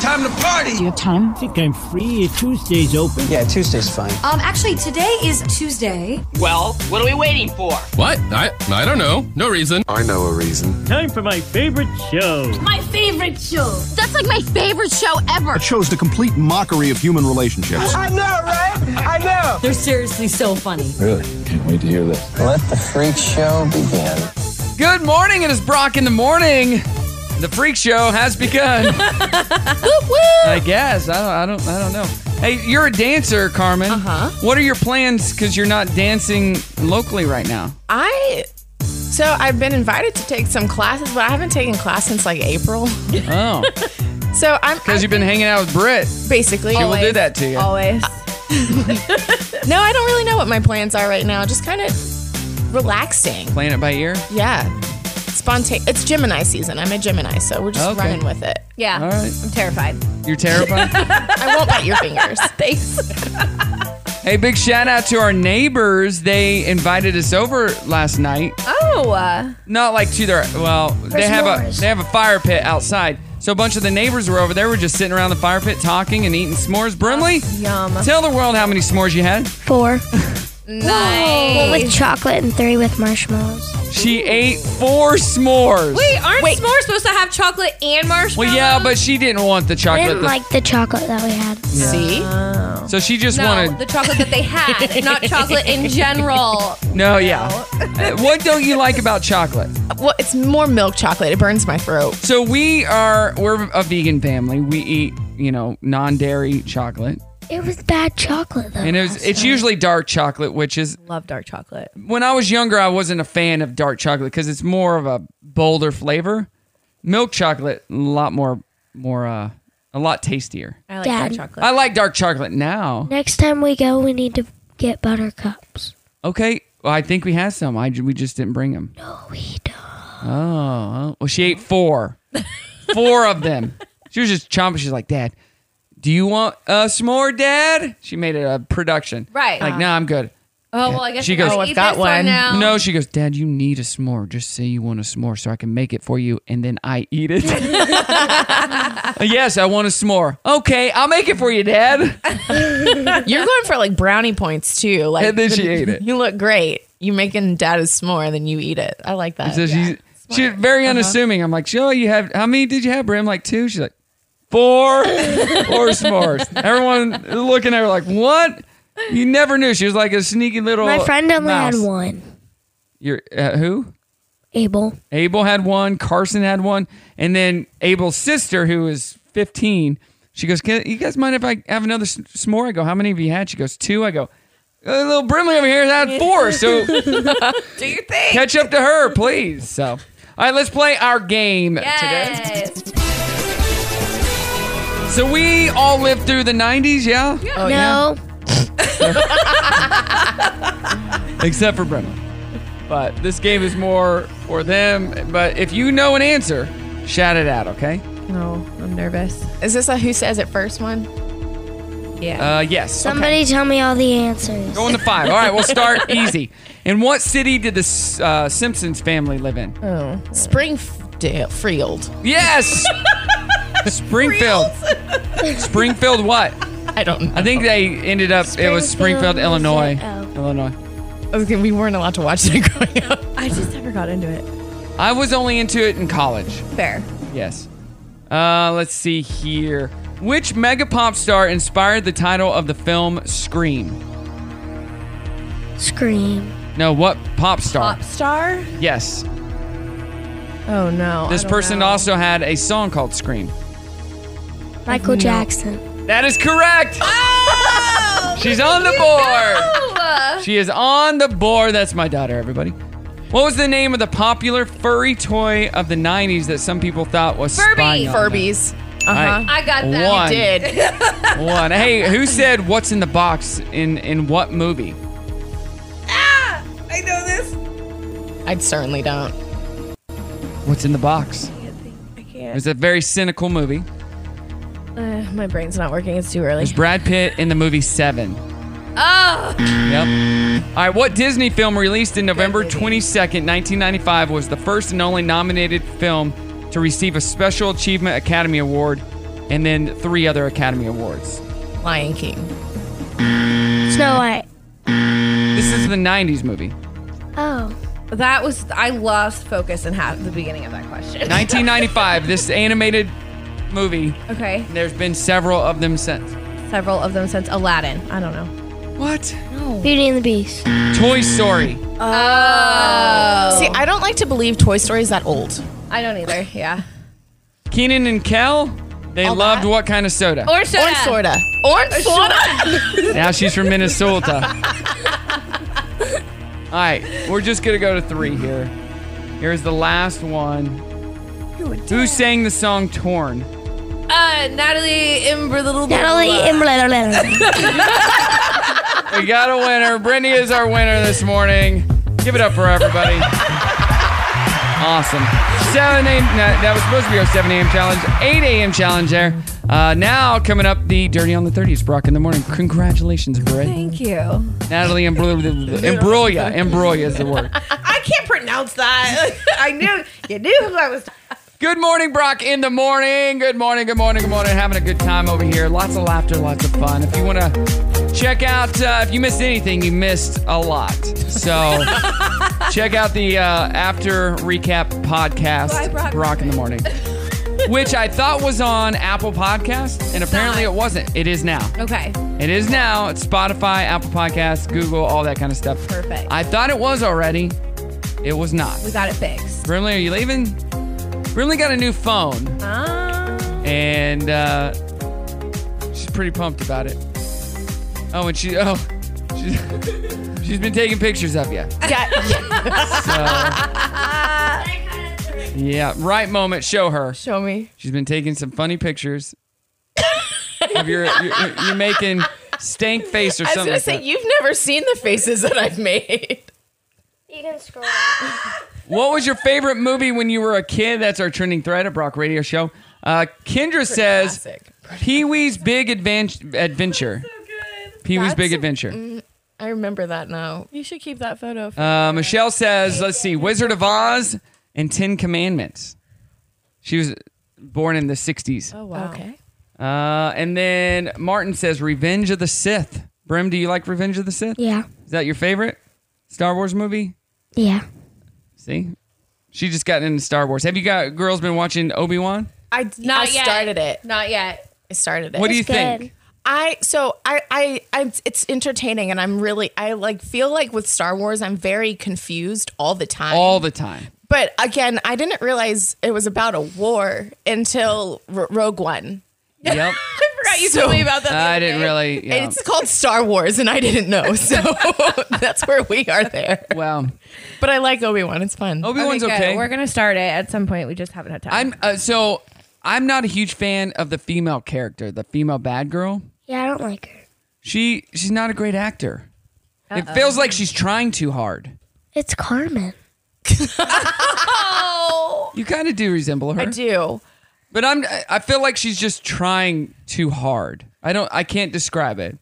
Time to party. Do you have time? I think I'm free. Tuesday's open. Yeah, Tuesday's fine.
Um, actually, today is Tuesday.
Well, what are we waiting for?
What? I I don't know. No reason. I know a reason.
Time for my favorite show.
My favorite show. That's like my favorite show ever.
shows the complete mockery of human relationships.
know, right? I know. They're seriously so funny.
Really? Can't wait to hear this. Let the freak show begin.
Good morning. It is Brock in the morning. The freak show has begun. I guess. I don't, I don't. I don't know. Hey, you're a dancer, Carmen. Uh huh. What are your plans? Because you're not dancing locally right now.
I. So I've been invited to take some classes, but I haven't taken class since like April.
Oh.
So I'm
Because you've been hanging out with Britt.
Basically.
She will do that to you.
Uh,
Always.
no, I don't really know what my plans are right now. Just kind of relaxing.
Playing it by ear.
Yeah. Spontane. It's Gemini season. I'm a Gemini, so we're just
Okay.
running with it.
Yeah.
All right.
I'm terrified.
You're terrified.
I won't bite your fingers. Thanks.
Hey, big shout out to our neighbors. They invited us over last night.
Oh. Uh,
Not like to their well, they
There's
have
s'mores.
a they have a fire pit outside. So a bunch of the neighbors were over there. We're just sitting around the fire pit talking and eating s'mores. Brimley,
yum.
tell the world how many s'mores you had.
Four.
Nice.
One with chocolate and three with marshmallows.
She ate four s'mores.
Wait, aren't s'mores supposed to have chocolate and marshmallow?
Well, yeah, but she didn't want the
I
chocolate.
didn't
the-
like the chocolate that we had.
Yeah. So she just
no,
wanted.
the chocolate that they had, not chocolate in general.
no, yeah. Uh, what don't you like about chocolate?
Well, it's more milk chocolate. It burns my throat.
So we are we're a vegan family. We eat you know non dairy chocolate.
It was bad chocolate though.
and it was, it's usually dark chocolate, which is
love dark chocolate.
When I was younger, I wasn't a fan of dark chocolate because it's more of a bolder flavor. Milk chocolate, a lot more, more, uh, a lot tastier.
I like
Dad.
dark chocolate.
I like dark chocolate now.
Next time we go, we need to get buttercups.
Okay, well, I think we have some. I ju- we just didn't bring them. No, we don't. Oh, well, she ate four, four of them. She was just chomping. She's like, Dad, do you want uh, some more, Dad? She made it a production.
Right.
Like, no, nah, I'm good.
Oh well, I guess she goes. Oh, eat this one. now.
No, she goes, Dad, you need a s'more. Just say you want a s'more so I can make it for you and then I eat it. yes, I want a s'more. Okay, I'll make it for you, Dad.
You're going for like brownie points too. Like
And then she ate it.
You look great. You making dad a s'more and then you eat it. I like that.
so she's, she's very unassuming. I'm like, "Oh, you have how many did you have, Bri?" I'm like, two. She's like, four, four s'mores. Everyone looking at her like, what? You never knew. She was like a sneaky little.
My friend only
mouse.
had one.
You're uh, who?
Abel.
Abel had one. Carson had one. And then Abel's sister, who is 15, she goes, Can, You guys mind if I have another s- s'more? I go, How many have you had? She goes, Two. I go, "Uh, Little Brimley over here has had four. So
Do you think?
catch up to her, please. So, all right, let's play our game today.
Yes.
So, we all lived through the 90s, Oh, yeah?
Oh,
no.
Except for Brimley. But this game is more for them. But if you know an answer, shout it out, okay?
No, I'm nervous. Is this a who says it first one?
Uh, yes.
Somebody tell me all the answers.
Going to five. All right, we'll start easy. In what city did the uh, Simpsons family live in?
Oh, Springfield.
Yes. Springfield. Springfield. What?
I don't. know.
I think they ended up. It was Springfield,
Springfield,
Illinois.
oh.
Illinois.
Okay, we weren't allowed to watch it growing up.
I just never got into it.
I was only into it in college.
Fair.
Yes. Uh, let's see here. Which mega pop star inspired the title of the film Scream?
Scream.
No, what pop star?
Pop star?
Yes.
Oh no.
This person also had a song called Scream.
Michael Jackson.
That is correct. She's on the board.
Oh,
She is on the board. That's my daughter, everybody. What was the name of the popular furry toy of the 90s that some people thought was
Furby.
spying on them?
Furbies.
All right.
I got that.
One.
You did.
One. Hey, who said what's in the box in in what movie?
I know this.
I certainly don't.
What's in the box?
I
It
can't.
was a very cynical movie.
Uh, my brain's not working. It's too early.
It was Brad Pitt in the movie Seven.
Oh,
Yep. All right. What Disney film released in November 22nd, 1995, was the first and only nominated film to receive a Special Achievement Academy Award and then three other Academy Awards?
Lion King.
Snow White.
This is the 90s movie.
Oh.
that was. I lost focus in half the beginning of that question.
1995, this animated movie.
Okay,
There's been several of them since.
several of them since Aladdin. I don't know.
What?
Beauty and the Beast.
Toy Story.
Oh,
See, I don't like to believe Toy Story is that old.
I don't either. Yeah,
Keenan and Kel, they loved what kind of soda?
orange soda.
Orange soda.
Orange soda.
now she's from Minnesota. All right, we're just going to go to three here. Here's the last one. Who sang the song Torn?
Uh, Natalie Imber little.
Natalie and blah, blah, blah.
We got a winner. Brittany is our winner this morning. Give it up for everybody. Awesome. 7 a.m. no, that was supposed to be our 7 a.m. challenge, 8 a.m. challenge there. Uh, now, coming up, the Dirty on the 30s, Brock in the morning. Congratulations, Britt.
Thank you.
Natalie Imbruglia. Imbruglia. Imbruglia is the word.
I can't pronounce that. I knew you knew who I was.
Good morning, Brock in the morning. Good morning, good morning, good morning. Having a good time over here. Lots of laughter, lots of fun. If you want to check out, uh, if you missed anything, you missed a lot. So check out the uh, after recap podcast,
Why
Brock,
Brock
in the morning, which I thought was on Apple Podcasts, and apparently it wasn't. It is now.
Okay,
It is now. It's Spotify, Apple Podcasts, Google, all that kind of stuff.
perfect.
I thought it was already. It was not.
we got it fixed.
Brimley, are you leaving? Brimley got a new phone
Um,
and uh, she's pretty pumped about it. Oh, and she oh, she's, she's been taking pictures of you.
Yeah.
So, Yeah, right moment. Show her.
Show me.
She's been taking some funny pictures. of your, you're, you're making stank face or
I was
something.
gonna
like
say
that.
you've never seen the faces that I've made.
You can scroll.
What was your favorite movie when you were a kid? That's our trending thread at Brock Radio Show. Uh, Kendra says Pee Wee's Big Advan- Adventure. Pee Wee's Big Adventure.
Mm, I remember that now. You should keep that photo.
Uh, Michelle says, let's see, Wizard of Oz and Ten Commandments. She was born in the 60s.
Oh wow. Okay.
Uh, and then Martin says Revenge of the Sith. Brim, do you like Revenge of the Sith?
Yeah.
Is that your favorite Star Wars movie?
Yeah.
See? She just got into Star Wars. Have you got girls been watching Obi Wan?
I
Not
I
yet.
started it.
Not yet.
I started it.
What do you It's think? good.
I so I, I I it's entertaining and I'm really I like feel like with Star Wars I'm very confused all the time.
All the time.
But again, I didn't realize it was about a war until R- Rogue One.
Yep.
I forgot
you told me about that the
I didn't really. Yeah.
It's called Star Wars, and I didn't know, so that's where we are there.
Wow.
But I like Obi Wan. It's fun.
Obi Wan's
good.
okay.
We're gonna start it at some point. We just haven't had time.
I'm uh, so I'm not a huge fan of the female character, the female bad girl.
Yeah, I don't like her.
She she's not a great actor.
Uh-oh.
It feels like she's trying too hard.
It's Carmen.
You kind of do resemble her. I
do.
But I'm I feel like she's just trying too hard. I don't I can't describe it.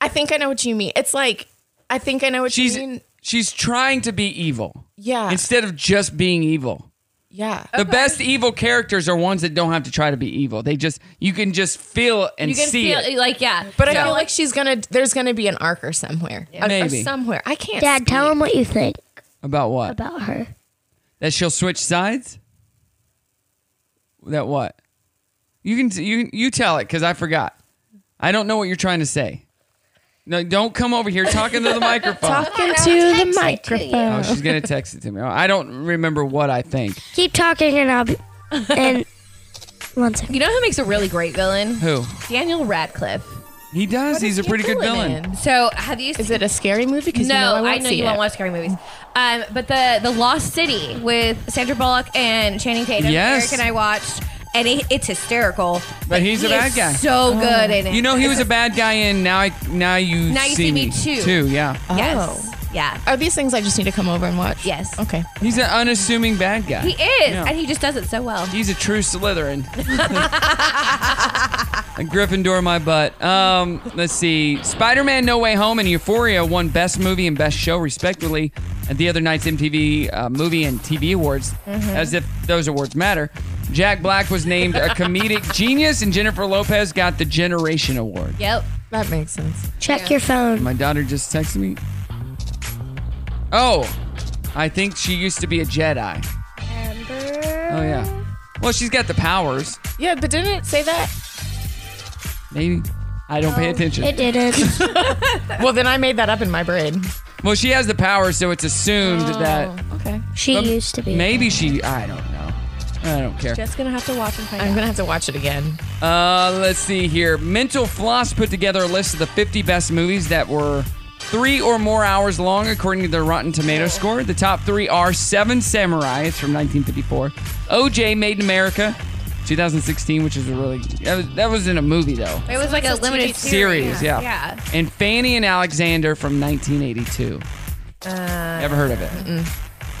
I think I know what you mean. It's like I think I know what
She's
you mean.
she's trying to be evil.
Yeah.
Instead of just being evil.
Yeah.
Oh.
The best evil characters are ones that don't have to try to be evil. They just you can just feel and
you can
see
feel
it.
like yeah,
But
Yeah.
I feel like she's gonna. There's gonna be an arc or somewhere. Or- or
Maybe.
somewhere. I can't.
Dad, tell him what you think
About what?
about her.
That she'll switch sides. That what? You can you you tell it because I forgot. I don't know what you're trying to say. No, don't come over here talking to the microphone.
Talking to the microphone.
Oh, she's gonna text it to me. Oh, I don't remember what I think.
Keep talking and I'll be. And one second.
You know who makes a really great villain?
Who?
Daniel Radcliffe.
He does. He's a pretty good villain.
So have you?
Is it a scary movie? 'Cause you
no,
know I
I,
won't
know
see
you
it.
won't watch scary movies. Um, but the the Lost City with Sandra Bullock and Channing Tatum.
Yes.
Eric and I watched, and it, it's hysterical.
But he's a
he
bad
is
guy. Oh.
So good in it.
You know he was a bad guy in now. I now you
Now You See Me Too.
Too yeah.
Yes.
Oh.
Yeah.
Are these things I just need to come over and watch?
Yes.
Okay.
He's an unassuming bad guy.
He is,
Yeah.
and he just does it so well.
He's a true Slytherin. A Gryffindor, my butt. Um, let's see. Spider Man No Way Home and Euphoria won Best Movie and Best Show, respectively, at the other night's MTV uh, Movie and TV Awards,
Mm-hmm.
Mhm.
as if those awards matter. Jack Black was named a comedic genius, and Jennifer Lopez got the Generation Award.
Yep.
That makes sense.
Check your phone.
My daughter just texted me. Oh, I think she used to be a Jedi. Oh, yeah. Well, she's got the powers.
Yeah, but didn't it say that?
Maybe. I don't pay attention.
Oh, It didn't.
well, then I made that up in my brain.
Well, she has the power, so it's assumed that.
Okay.
She
but
Oh, used to be.
Maybe she. I don't know. I don't care.
Just gonna have to watch and find
I'm
out.
gonna have to watch it again.
Uh, let's see here. Mental Floss put together a list of the 50 best movies that were three or more hours long, according to their Rotten Tomato score. The top three are Seven Samurai, it's from 1954, OJ Made in America, 2016, which is a really that was, that was in a movie though.
It was like a
It's a
limited
TV
Series, yeah.
Yeah.
And Fanny and Alexander from 1982.
Uh,
Never heard of it.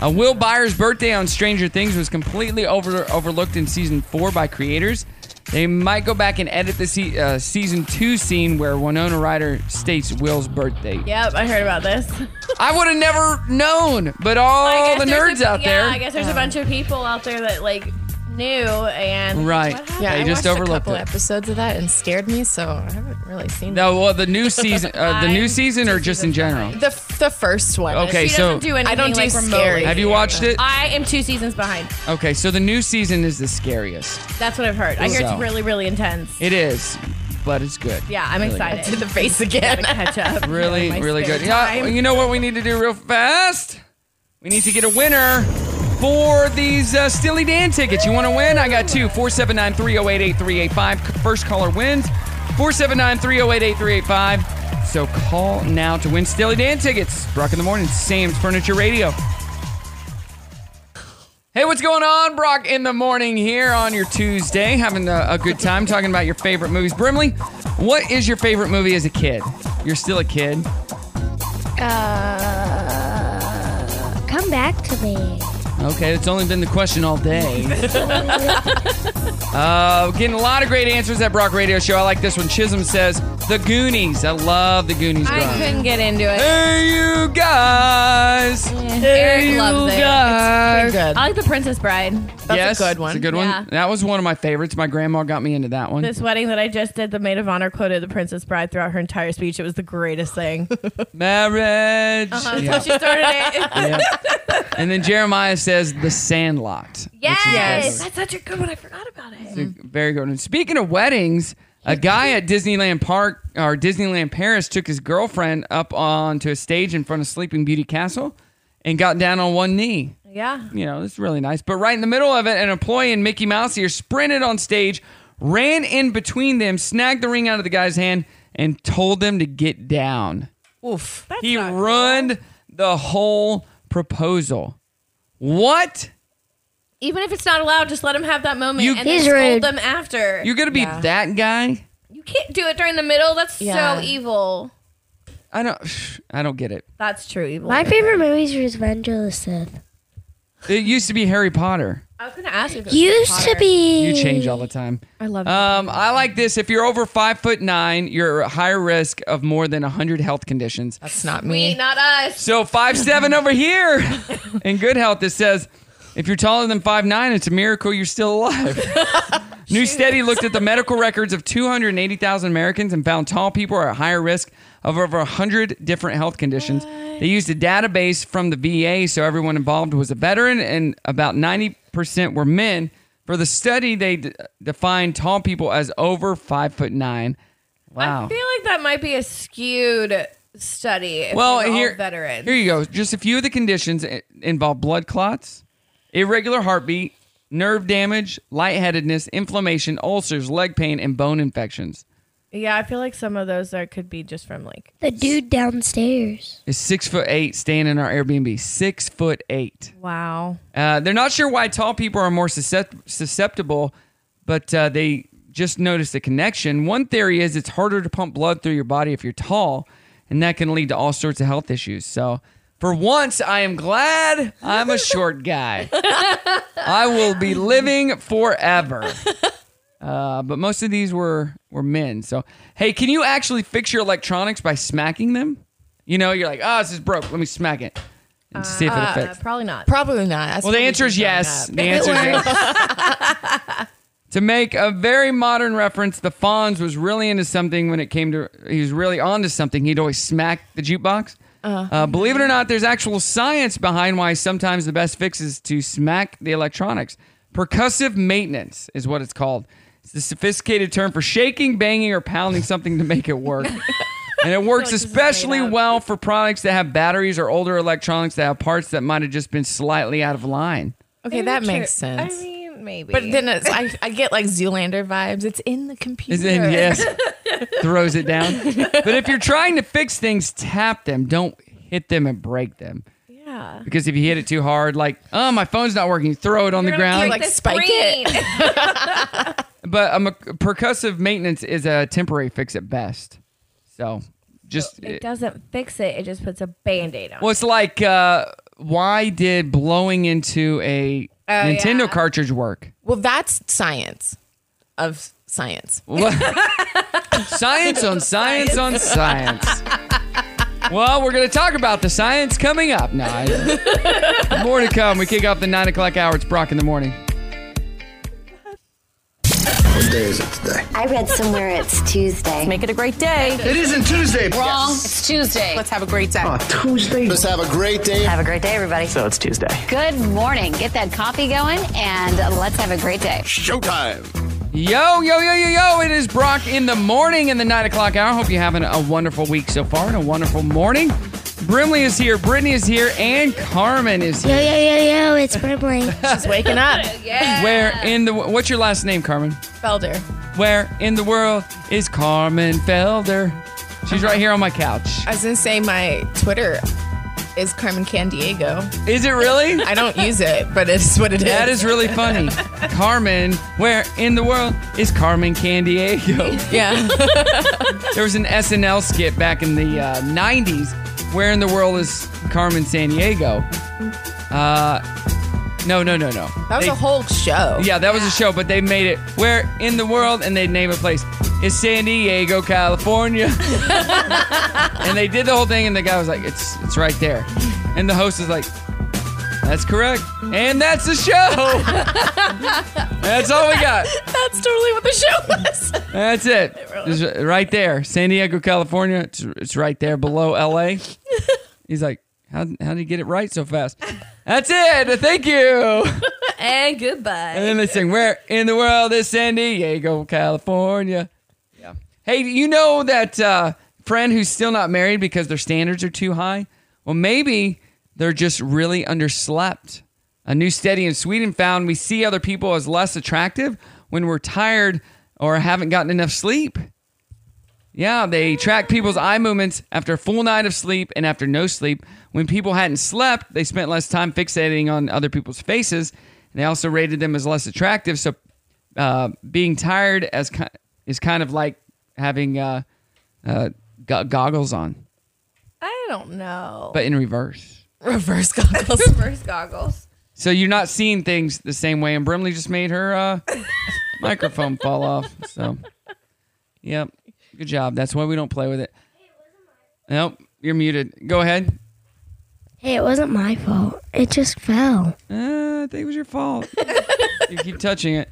Uh, Will Byers' birthday on Stranger Things was completely over, overlooked in season four by creators. They might go back and edit the se- uh, season two scene where Winona Ryder states Will's birthday.
Yep, I heard about this.
I would have never known, but all the nerds out
yeah,
there.
I guess there's a bunch of people out there that like knew and
Right.
What
Yeah,
I
they just
watched
overlooked
a couple
it.
episodes of that and scared me, so I haven't really seen that.
No, well, the new season, uh, the new season, or just in general.
The the first one.
Okay, She doesn't so-
do anything
I don't do
like remotely.
scary.
Have you watched it?
I am two seasons behind.
Okay, so the new season is the scariest.
That's what I've heard. I hear
So.
it's really, really intense.
It is, but it's good.
Yeah, I'm
Really good.
excited.
To the face again.
Gotta catch up.
Really,
My
really
spare
good. Yeah,
time.
you know what we need to do real fast? We need to get a winner for these uh, Steely Dan tickets. You want to win? I got two. 479 308 8385. First caller wins. 479 308 8385. So call now to win Steely Dan tickets. Brock in the morning, Sam's Furniture Radio. Hey, what's going on? Brock in the morning here on your Tuesday, having a, a good time talking about your favorite movies. Brimley, what is your favorite movie as a kid? You're still a kid.
Uh, come back to me.
Okay, it's only been the question all day. Uh, getting a lot of great answers at Brock Radio Show. I like this one. Chisholm says the Goonies. I love the Goonies.
I
growing up.
couldn't get into it.
Hey, you guys.
Mm, Eric loves it.
guys.
It's pretty good. I like The Princess Bride.
yes, It's a good one.
Yeah.
That was one of my favorites. My grandma got me into that one.
This wedding that I just did, the maid of honor quoted The Princess Bride throughout her entire speech. It was the greatest thing.
Marriage.
Uh-huh, that's
Yeah.
how she started it.
Yeah. and then Jeremiah says the Sandlot.
Yes, that's such a good one. I forgot about it.
It's a very good. one. speaking of weddings, a guy at Disneyland Park or Disneyland Paris took his girlfriend up onto a stage in front of Sleeping Beauty Castle and got down on one knee.
Yeah.
You know, it's really nice. But right in the middle of it, an employee and Mickey Mouse here sprinted on stage, ran in between them, snagged the ring out of the guy's hand, and told them to get down.
Oof.
he ruined the whole proposal. What?
Even if it's not allowed, just let them have that moment
You-
and then
He's
scold
rude.
them after.
You're going to be that guy?
You can't do it during the middle. That's
Yeah.
so evil.
I don't I don't get it.
That's true evil.
My favorite movie is Revenge of the Sith.
It used to be Harry Potter.
I was gonna ask you. if it was
Used to
Potter.
be.
You change all the time.
I love it.
Um, I like this. If you're over five foot nine, you're at higher risk of more than hundred health conditions.
That's not
me, not us.
So five seven over here in good health. It says if you're taller than five nine, it's a miracle you're still alive. New study looked at the medical records of 280,000 Americans and found tall people are at higher risk of over 100 different health conditions. They used a database from the VA, so everyone involved was a veteran, and about 90% were men. For the study, they d- defined tall people as over five foot nine. Wow.
I feel like that might be a skewed study. If
Well,
well, we
here,
all veterans.
here you go. Just a few of the conditions i- involve blood clots, irregular heartbeat, nerve damage, lightheadedness, inflammation, ulcers, leg pain, and bone infections.
Yeah, I feel like some of those are could be just from like
The dude downstairs.
Is six foot eight staying in our Airbnb? Six foot eight.
wow.
Uh, they're not sure why tall people are more suscept- susceptible, but uh, they just noticed a connection. One theory is it's harder to pump blood through your body if you're tall, and that can lead to all sorts of health issues. So, for once, I am glad I'm a short guy. I will be living forever. Uh, but most of these were were men. So, hey, can you actually fix your electronics by smacking them? You know, you're like, oh, this is broke. Let me smack it and see if it
Uh,
affects.
probably not.
Probably not. That's
Well, the
probably
answer is
just growing
yes.
up.
The answer is yes. to make a very modern reference, the Fonz was really into something when it came to, he was really onto something. He'd always smack the jukebox.
Uh.
Uh, believe it or not, there's actual science behind why sometimes the best fix is to smack the electronics. Percussive maintenance is what it's called. It's the sophisticated term for shaking, banging, or pounding something to make it work. and it works especially well for products that have batteries or older electronics that have parts that might have just been slightly out of line.
Okay,
Maybe
that
true.
makes sense.
I mean, maybe.
But then it's, I, I get like Zoolander vibes. It's in the computer.
Is it yes? Throws it down. But if you're trying to fix things, tap them. Don't hit them and break them.
yeah.
Because if you hit it too hard, like, oh, my phone's not working, throw it on the ground.
like spike it.
But um, percussive maintenance is a temporary fix at best. So just,
It doesn't fix it. It just puts a band-aid on.
well, it's like, uh, why did blowing into a
Oh,
Nintendo
yeah.
cartridge work?
Well, that's science of science.
What? science on science on science. Well, we're going to talk about the science coming up. No, I- more to come. We kick off the nine o'clock hour. It's Brock in the morning.
What day is it today?
I read somewhere it's Tuesday. Let's make it a great day.
It isn't Tuesday.
Wrong.
Yes.
It's Tuesday. Let's have a great day.
Tuesday. Let's have a great day.
Have a great day, everybody.
So it's Tuesday.
Good morning. Get that coffee going and let's have a great day.
Showtime.
Yo, yo, yo, yo, yo. It is Brock in the morning in the nine o'clock hour. Hope you're having a wonderful week so far and a wonderful morning. Brimley is here, Brittany is here, and Carmen is
Yo,
here.
yo, yo, yo, it's Brimley.
She's waking up.
Where in the what's your last name, Carmen?
Felder.
Where in the world is Carmen Felder? She's right here on my couch.
I was gonna say my Twitter is Carmen Candiego.
Is it really?
I don't use it, but it's what it is.
That is really funny. Carmen, where in the world is Carmen Candiego?
Yeah.
there was an SNL skit back in the uh, 90s. Where in the world is Carmen San Diego? Uh, no, no, no, no.
That was
They-
a whole show.
Yeah, that was a show, but they made it where in the world, and they'd name a place. It's San Diego, California. and they did the whole thing, and the guy was like, "It's it's right there," and the host is like, "That's correct," and that's the show. that's all we got.
That's totally what the show was.
That's it. It's r- right there, San Diego, California. It's, it's right there below L.A. He's like, "How how did you get it right so fast?" That's it. Thank you.
and goodbye.
And then they sing, Where in the world is San Diego, California? Yeah. Hey, do you know that uh, friend who's still not married because their standards are too high? Well, maybe they're just really underslept. A new study in Sweden found we see other people as less attractive when we're tired or haven't gotten enough sleep. Yeah, they track people's eye movements after a full night of sleep and after no sleep. When people hadn't slept, they spent less time fixating on other people's faces. And they also rated them as less attractive. So, uh, being tired as ki- is kind of like having uh, uh, go- goggles on,
I don't know.
but in reverse.
reverse goggles.
reverse goggles.
So you're not seeing things the same way. And Brimley just made her uh, microphone fall off. So, yep, good job. That's why we don't play with it. Nope, you're muted. Go ahead.
Hey, it wasn't my fault. It just fell.
Uh, I think it was your fault. you keep touching it.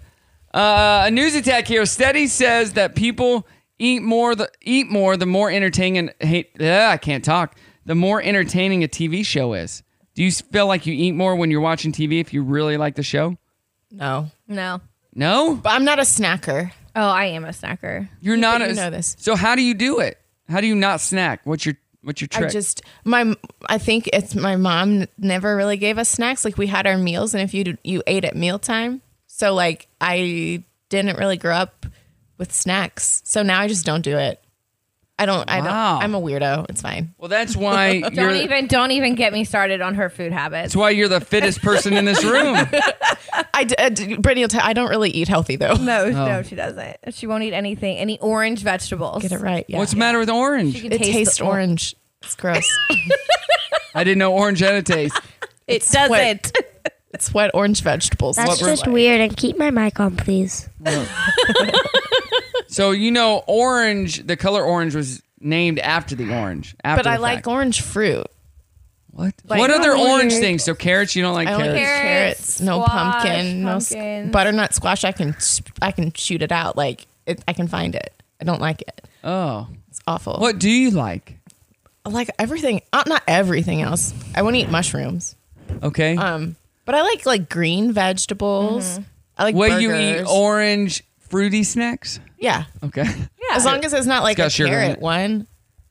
Uh, a news attack here. Steady says that people eat more the eat more the more entertaining. Hey, ugh, I can't talk. The more entertaining a TV show is. Do you feel like you eat more when you're watching TV if you really like the show?
No.
No.
No,
But I'm not a snacker.
Oh, I am a snacker.
you're not.
you
a,
know this.
So how do you do it? How do you not snack? What's your what's your trick?
I just my I think it's my mom n- never really gave us snacks. Like we had our meals, and if you d- you ate at mealtime, so like I didn't really grow up with snacks. So now I just don't do it. I don't. I don't.
Wow.
I'm a weirdo. It's fine.
well, that's why you're.
Don't even don't even get me started on her food habits.
That's why you're the fittest person in this room.
I, d- I d- Brittany will tell. I don't really eat healthy though.
No,
Oh.
no, she doesn't. She won't eat anything, any orange vegetables.
Get it right. Yeah.
What's the matter with orange?
can
it
taste the
tastes
or-
orange. It's gross.
I didn't know orange had a taste.
It doesn't.
it's wet orange vegetables.
That's just weird. And keep my mic on, please.
So you know, orange. The color orange was named after the orange. After
but I
the
like
fact.
orange fruit.
What?
like
what other
orange.
orange things? So carrots. You don't like
I only
carrots.
eat
Carrots,
carrots, no
squash,
pumpkin, no s-
pumpkins.
butternut squash. I can I can shoot it out like it, I can find it. I don't like it.
Oh,
It's awful.
what do you like?
I like everything. Uh, not everything else. I wouldn't eat mushrooms.
Okay.
Um, but I like like green vegetables. I like
Will you eat
burgers.
orange fruity snacks?
yeah.
Okay.
As long as it's not like
got
a
sugar in
carrot
it.
one.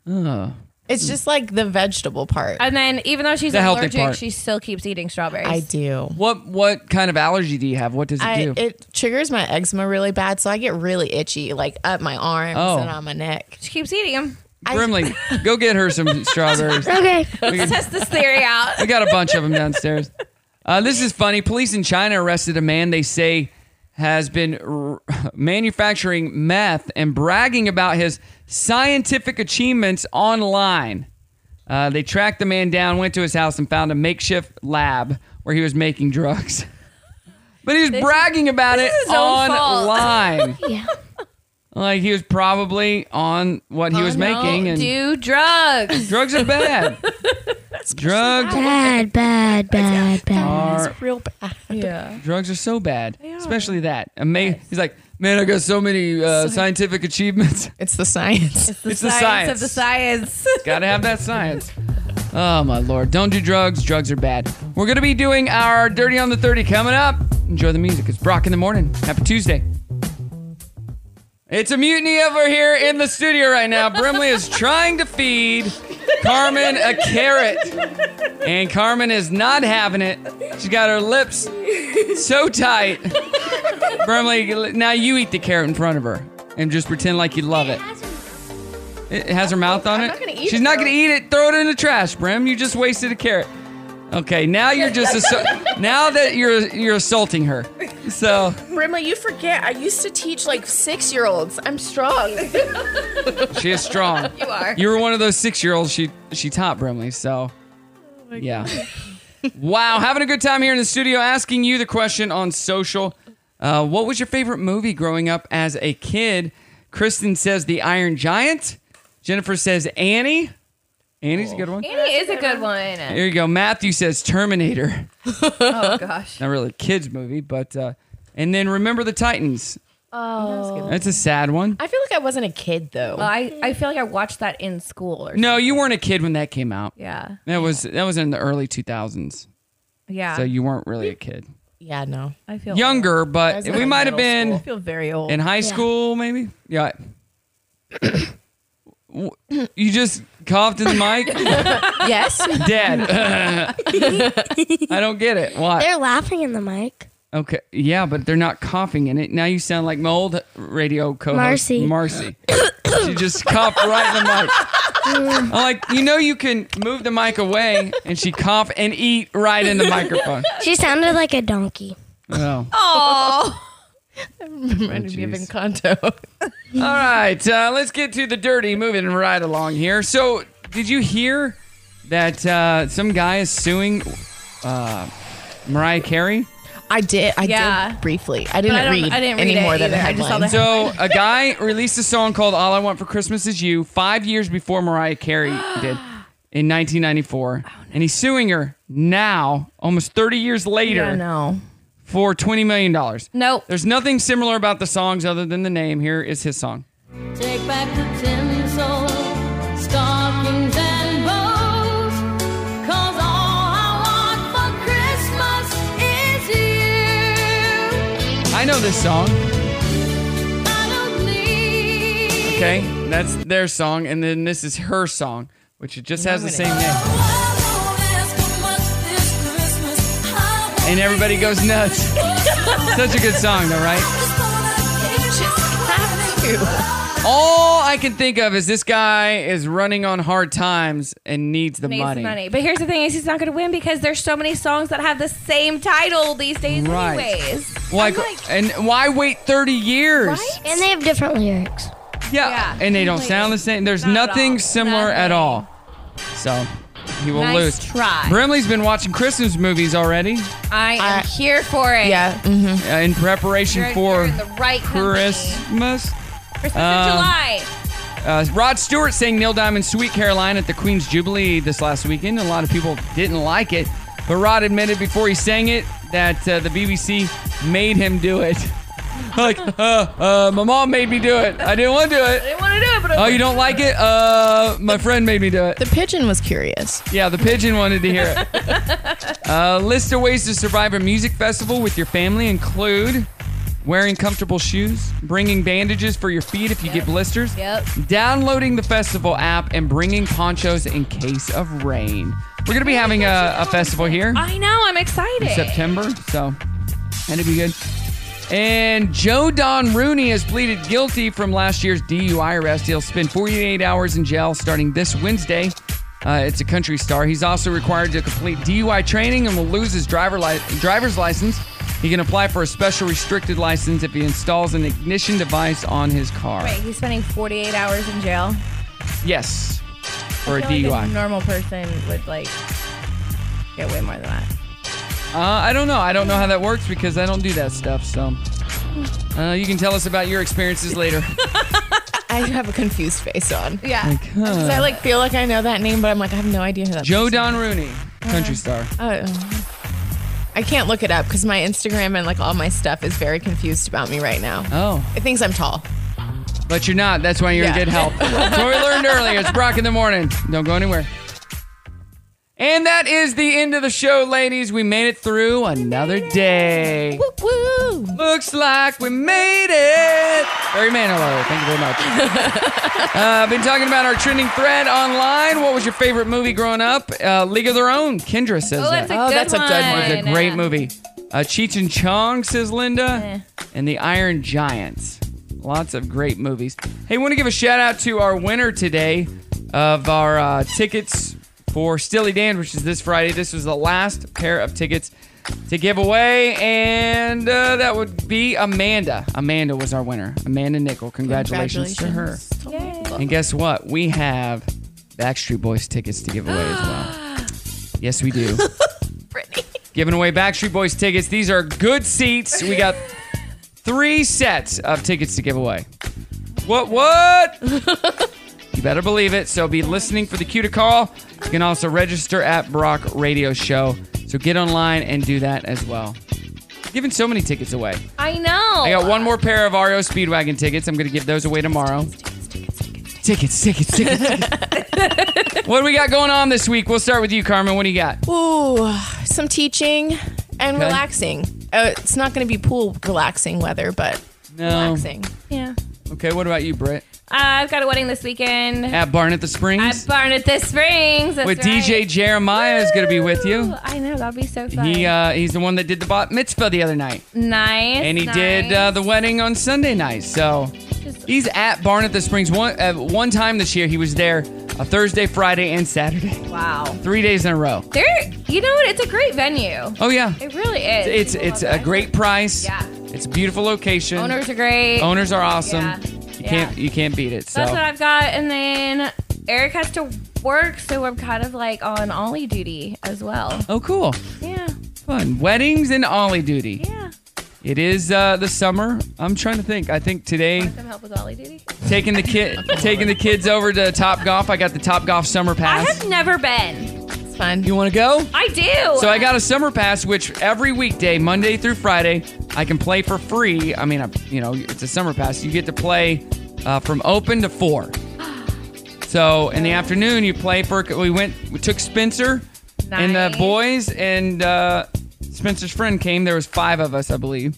Oh.
It's just like the vegetable part.
And then even though she's
The healthy
allergic,
part.
she still keeps eating strawberries.
I do.
What What kind of allergy do you have? What does it
I,
do?
it triggers my eczema really bad, so I get really itchy, like up my arms
Oh.
and on my neck.
She keeps eating them.
Brimley, go get her some strawberries.
Okay.
We
Let's
can-
test this theory out.
We got a bunch of them downstairs. Uh, this is funny. Police in China arrested a man they say has been r- manufacturing meth and bragging about his scientific achievements online. Uh, they tracked the man down, went to his house, and found a makeshift lab where he was making drugs. But he was bragging about
this
it
is his own fault.
online.
Yeah.
like he was probably on what he
Oh,
was making. And
do drugs.
drugs are bad. drugs
Bad, bad, bad, bad.
are
Real bad.
Yeah.
Drugs are so bad, especially that. And may, He's like, man, I got so many uh, scientific achievements.
It's the science.
it's the science.
of the science.
Gotta have that science. Oh my lord! Don't do drugs. Drugs are bad. We're gonna be doing our dirty on the thirty coming up. Enjoy the music. It's Brock in the morning. Happy Tuesday. It's a mutiny over here in the studio right now. Brimley is trying to feed Carmen a carrot, and Carmen is not having it. She got her lips so tight. Brimley, now you eat the carrot in front of her and just pretend like you love it. It has her mouth on it.
I'm not gonna gonna eat.
She's
it,
not
though.
going to eat it. Throw it in the trash, Brim. You just wasted a carrot. Okay, now you're just assu- now that you're you're assaulting her. So
Brimley, you forget. I used to teach like six year olds. I'm strong.
she is strong.
You are.
You were one of those six year olds she she taught Brimley. So yeah. wow, having a good time here in the studio. Asking you the question on social. Uh, what was your favorite movie growing up as a kid? Kristen says The Iron Giant. Jennifer says Annie. Annie's a good one.
Annie is a good one.
There you go. Matthew says Terminator.
oh gosh.
Not really a kids movie, but uh, and then Remember the Titans.
Oh.
That's a sad one.
I feel like I wasn't a kid though. Well, I, I feel like I watched that in school or
No, you weren't a kid when that came out.
Yeah.
That was that was in the early 2000s.
Yeah.
So you weren't really a kid.
yeah, no.
I feel
Younger,
I
but
was
we
in
might have
uh, middle
been
school. I feel very old.
in high
Yeah.
school, maybe. Yeah. you just coughed in the mic.
yes.
Dead. I don't get it. Why?
They're laughing in the mic.
Okay. Yeah, but they're not coughing in it. Now you sound like my old radio co-host
Marcy.
Marcy. she just coughed right in the mic.
Mm.
I'm like, you know, you can move the mic away, and she cough and eat right in the microphone.
She sounded like a donkey.
Oh.
Oh.
Oh,
Reminded me of
jeez.
Encanto.
All right, uh, let's get to the dirty. Moving right along here. So, did you hear that uh, some guy is suing uh, Mariah Carey?
I did. I did briefly. I didn't
I don't-
read
I didn't read
any
it
more than the
either. I just saw
headline.
So a guy released a song called "All I Want for Christmas Is You" five years before Mariah Carey did in 1994,
Oh,
and he's suing her now, almost 30 years later,
Yeah, no.
for 20 million dollars.
Nope.
There's nothing similar about the songs other than the name. Here is his song.
Take back the tinsel, stockings and bows. 'Cause all I want for Christmas is you.
I know this song.
I don't need
Okay, that's their song, and then this is her song, which it just has the same name,
oh, much this Christmas.
and everybody goes nuts. Such a good song, though, right? All I can think of is this guy is running on hard times and needs the
Needs
money.
money. But here's the thing: is he's not going to win because there's so many songs that have the same title these days,
Right.
anyways.
Like, and why wait 30 years?
And they have different lyrics.
Yeah. And they don't sound the same. There's nothing similar at all. So he will
Nice
lose.
try.
Brimley's been watching Christmas movies already
I am here for it.
Yeah.
uh, in preparation
You're-
for
you're in the right company.
Christmas.
Christmas
Um,
in July.
Uh, Rod Stewart sang Neil Diamond's Sweet Caroline at the Queen's Jubilee this last weekend. A lot of people didn't like it, but Rod admitted before he sang it that uh, the BBC made him do it. like, uh, uh, my mom made me do it. I didn't want to do
I
it.
didn't want to do it, but I
Oh,
went.
you don't like it? Uh, my friend made me do it. The
pigeon was curious.
Yeah, the pigeon wanted to hear it. uh, list of ways to survive a music festival with your family include wearing comfortable shoes, bringing bandages for your feet if you get blisters,
Yep.
downloading the festival app, and bringing ponchos in case of rain. We're going to be having a, a festival here
I know. I'm
in
excited.
September, so that'd be good. And Joe Don Rooney has pleaded guilty from last year's DUI arrest. He'll spend 48 hours in jail starting this Wednesday. Uh, it's a country star. He's also required to complete DUI training and will lose his driver li- driver's license. He can apply for a special restricted license if he installs an ignition device on his car.
Wait, he's spending 48 hours in jail
Yes, for a
I feel like
DUI.
normal person would like get way more than that.
Uh, I don't know. I don't know how that works because I don't do that stuff. So uh, you can tell us about your experiences later.
I have a confused face on.
Yeah.
Like, huh.
'Cause I like feel like I know that name, but I'm like I have no idea who that.
Joe Don Rooney, country star.
Uh, I can't look it up because my Instagram and like all my stuff is very confused about me right now.
Oh,
it thinks I'm tall.
But you're not. That's why you're
Yeah.
in good health. so we learned earlier. It's Brock in the morning. Don't go anywhere. And that is the end of the show, ladies. We made it through another day.
Woo!
Looks like we made it. Barry Manilow, thank you very much. uh, been talking about our trending thread online. What was your favorite movie growing up? Uh, League of Their Own. Kendra says
Oh,
that.
that's a Oh, good that's a good one. one.
It's a great movie. Uh, Cheech and Chong says Linda, and The Iron Giants. Lots of great movies. Hey, want to give a shout out to our winner today. of our uh, tickets for Stilly Dan, which is this Friday. This was the last pair of tickets to give away, and uh, that would be Amanda. Amanda was our winner. Amanda Nickel. Congratulations, to her. And guess what? We have Backstreet Boys tickets to give away as well. Yes, we do. Giving away Backstreet Boys tickets. These are good seats. We got three sets of tickets to give away. What? What? you better believe it. So be listening for the cue to call. You can also register at Brock Radio Show. So get online and do that as well. Giving so many tickets away.
I know.
I got one more pair of REO Speedwagon tickets. I'm going to give those away tomorrow. Tickets, tickets, tickets. tickets. what do we got going on this week? We'll start with you, Carmen. What do you got?
Ooh, some teaching and
Okay.
relaxing. Uh, it's not going to be pool relaxing weather, but
No.
relaxing.
Yeah.
Okay, what about you, Britt?
I've got a wedding this weekend
At Barnet the Springs
at Barnet the Springs. That's
with
right.
DJ Jeremiah is going to be with you.
I know that'll be so fun.
He uh, he's the one that did the bat mitzvah the other night,
nice.
and he
nice.
did uh, the wedding on Sunday night. So he's at Barnet the Springs one uh, one time this year. He was there a Thursday, Friday, and Saturday,
Wow.
three days in a row.
There. You know what? It's a great venue.
Oh yeah,
It really is.
it's
People
it's
love
a great price.
Yeah.
it's a beautiful location.
it. Owners are great.
Owners are awesome.
Yeah.
You
Yeah.
can't you can't beat it. So
That's what I've got. And then Eric has to work, so I'm kind of like on Ollie duty as well.
oh cool,
Yeah.
fun weddings and ollie duty.
Yeah.
It is uh, the summer. I'm trying to think. I think today
Some help with Ollie duty.
taking the kid taking the kids over to Top Golf. I got the Top Golf summer
I
pass.
have never been. It's
fun.
You want to go?
I do.
So I got a summer pass, which every weekday, Monday through Friday, I can play for free. I mean, I, you know, it's a summer pass. You get to play uh, from open to four. So in the afternoon, you play for. We went, we took Spencer and the boys, and uh, Spencer's friend came. There was five of us, I believe.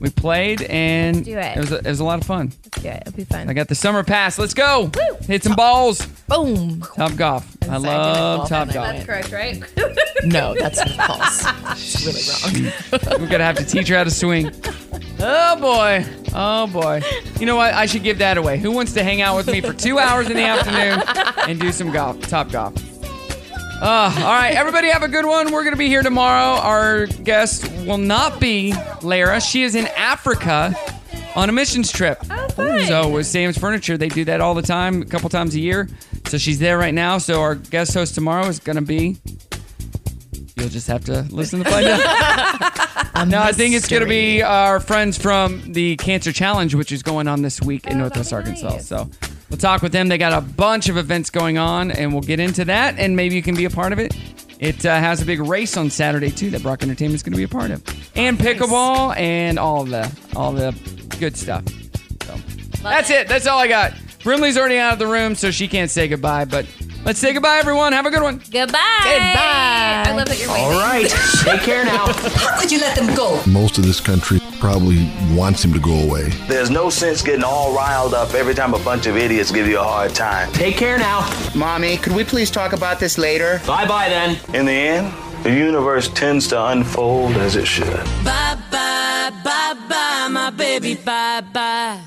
We played, and
Do it.
was a, it was a lot of fun.
Yeah, it'll be fun.
I got the summer pass. Let's go. Hit some balls.
Boom.
Top golf. I love top golf.
That's correct, right?
No, that's false. really wrong.
We're gonna have to teach her how to swing. Oh boy. Oh boy. You know what? I should give that away. Who wants to hang out with me for two hours in the afternoon and do some golf, top golf? Uh, all right, everybody have a good one. We're going to be here tomorrow. Our guest will not be Lara. She is in Africa on a missions trip. Oh, fun. So with Sam's Furniture, they do that all the time, a couple times a year. So she's there right now. So our guest host tomorrow is going to be. You'll just have to listen to find out. no, I think it's going to be our friends from the Cancer Challenge, which is going on this week in Northwest Arkansas. So we'll talk with them. They got a bunch of events going on, and we'll get into that, and maybe you can be a part of it. It uh, has a big race on Saturday too that Brock Entertainment is going to be a part of, and pickleball, and all the all the good stuff. So that's it. That's all I got. Brimley's already out of the room, so she can't say goodbye. But let's say goodbye, everyone. Have a good one.
Goodbye. Goodbye. I love that you're waving.
Take care now. How could you let them go?
Most of this country probably wants him to go away.
There's no sense getting all riled up every time a bunch of idiots give you a hard time.
Take care now. Mommy, could we please talk about this later? Bye bye then.
In the end, the universe tends to unfold as it should.
Bye bye, bye bye, my baby, bye bye.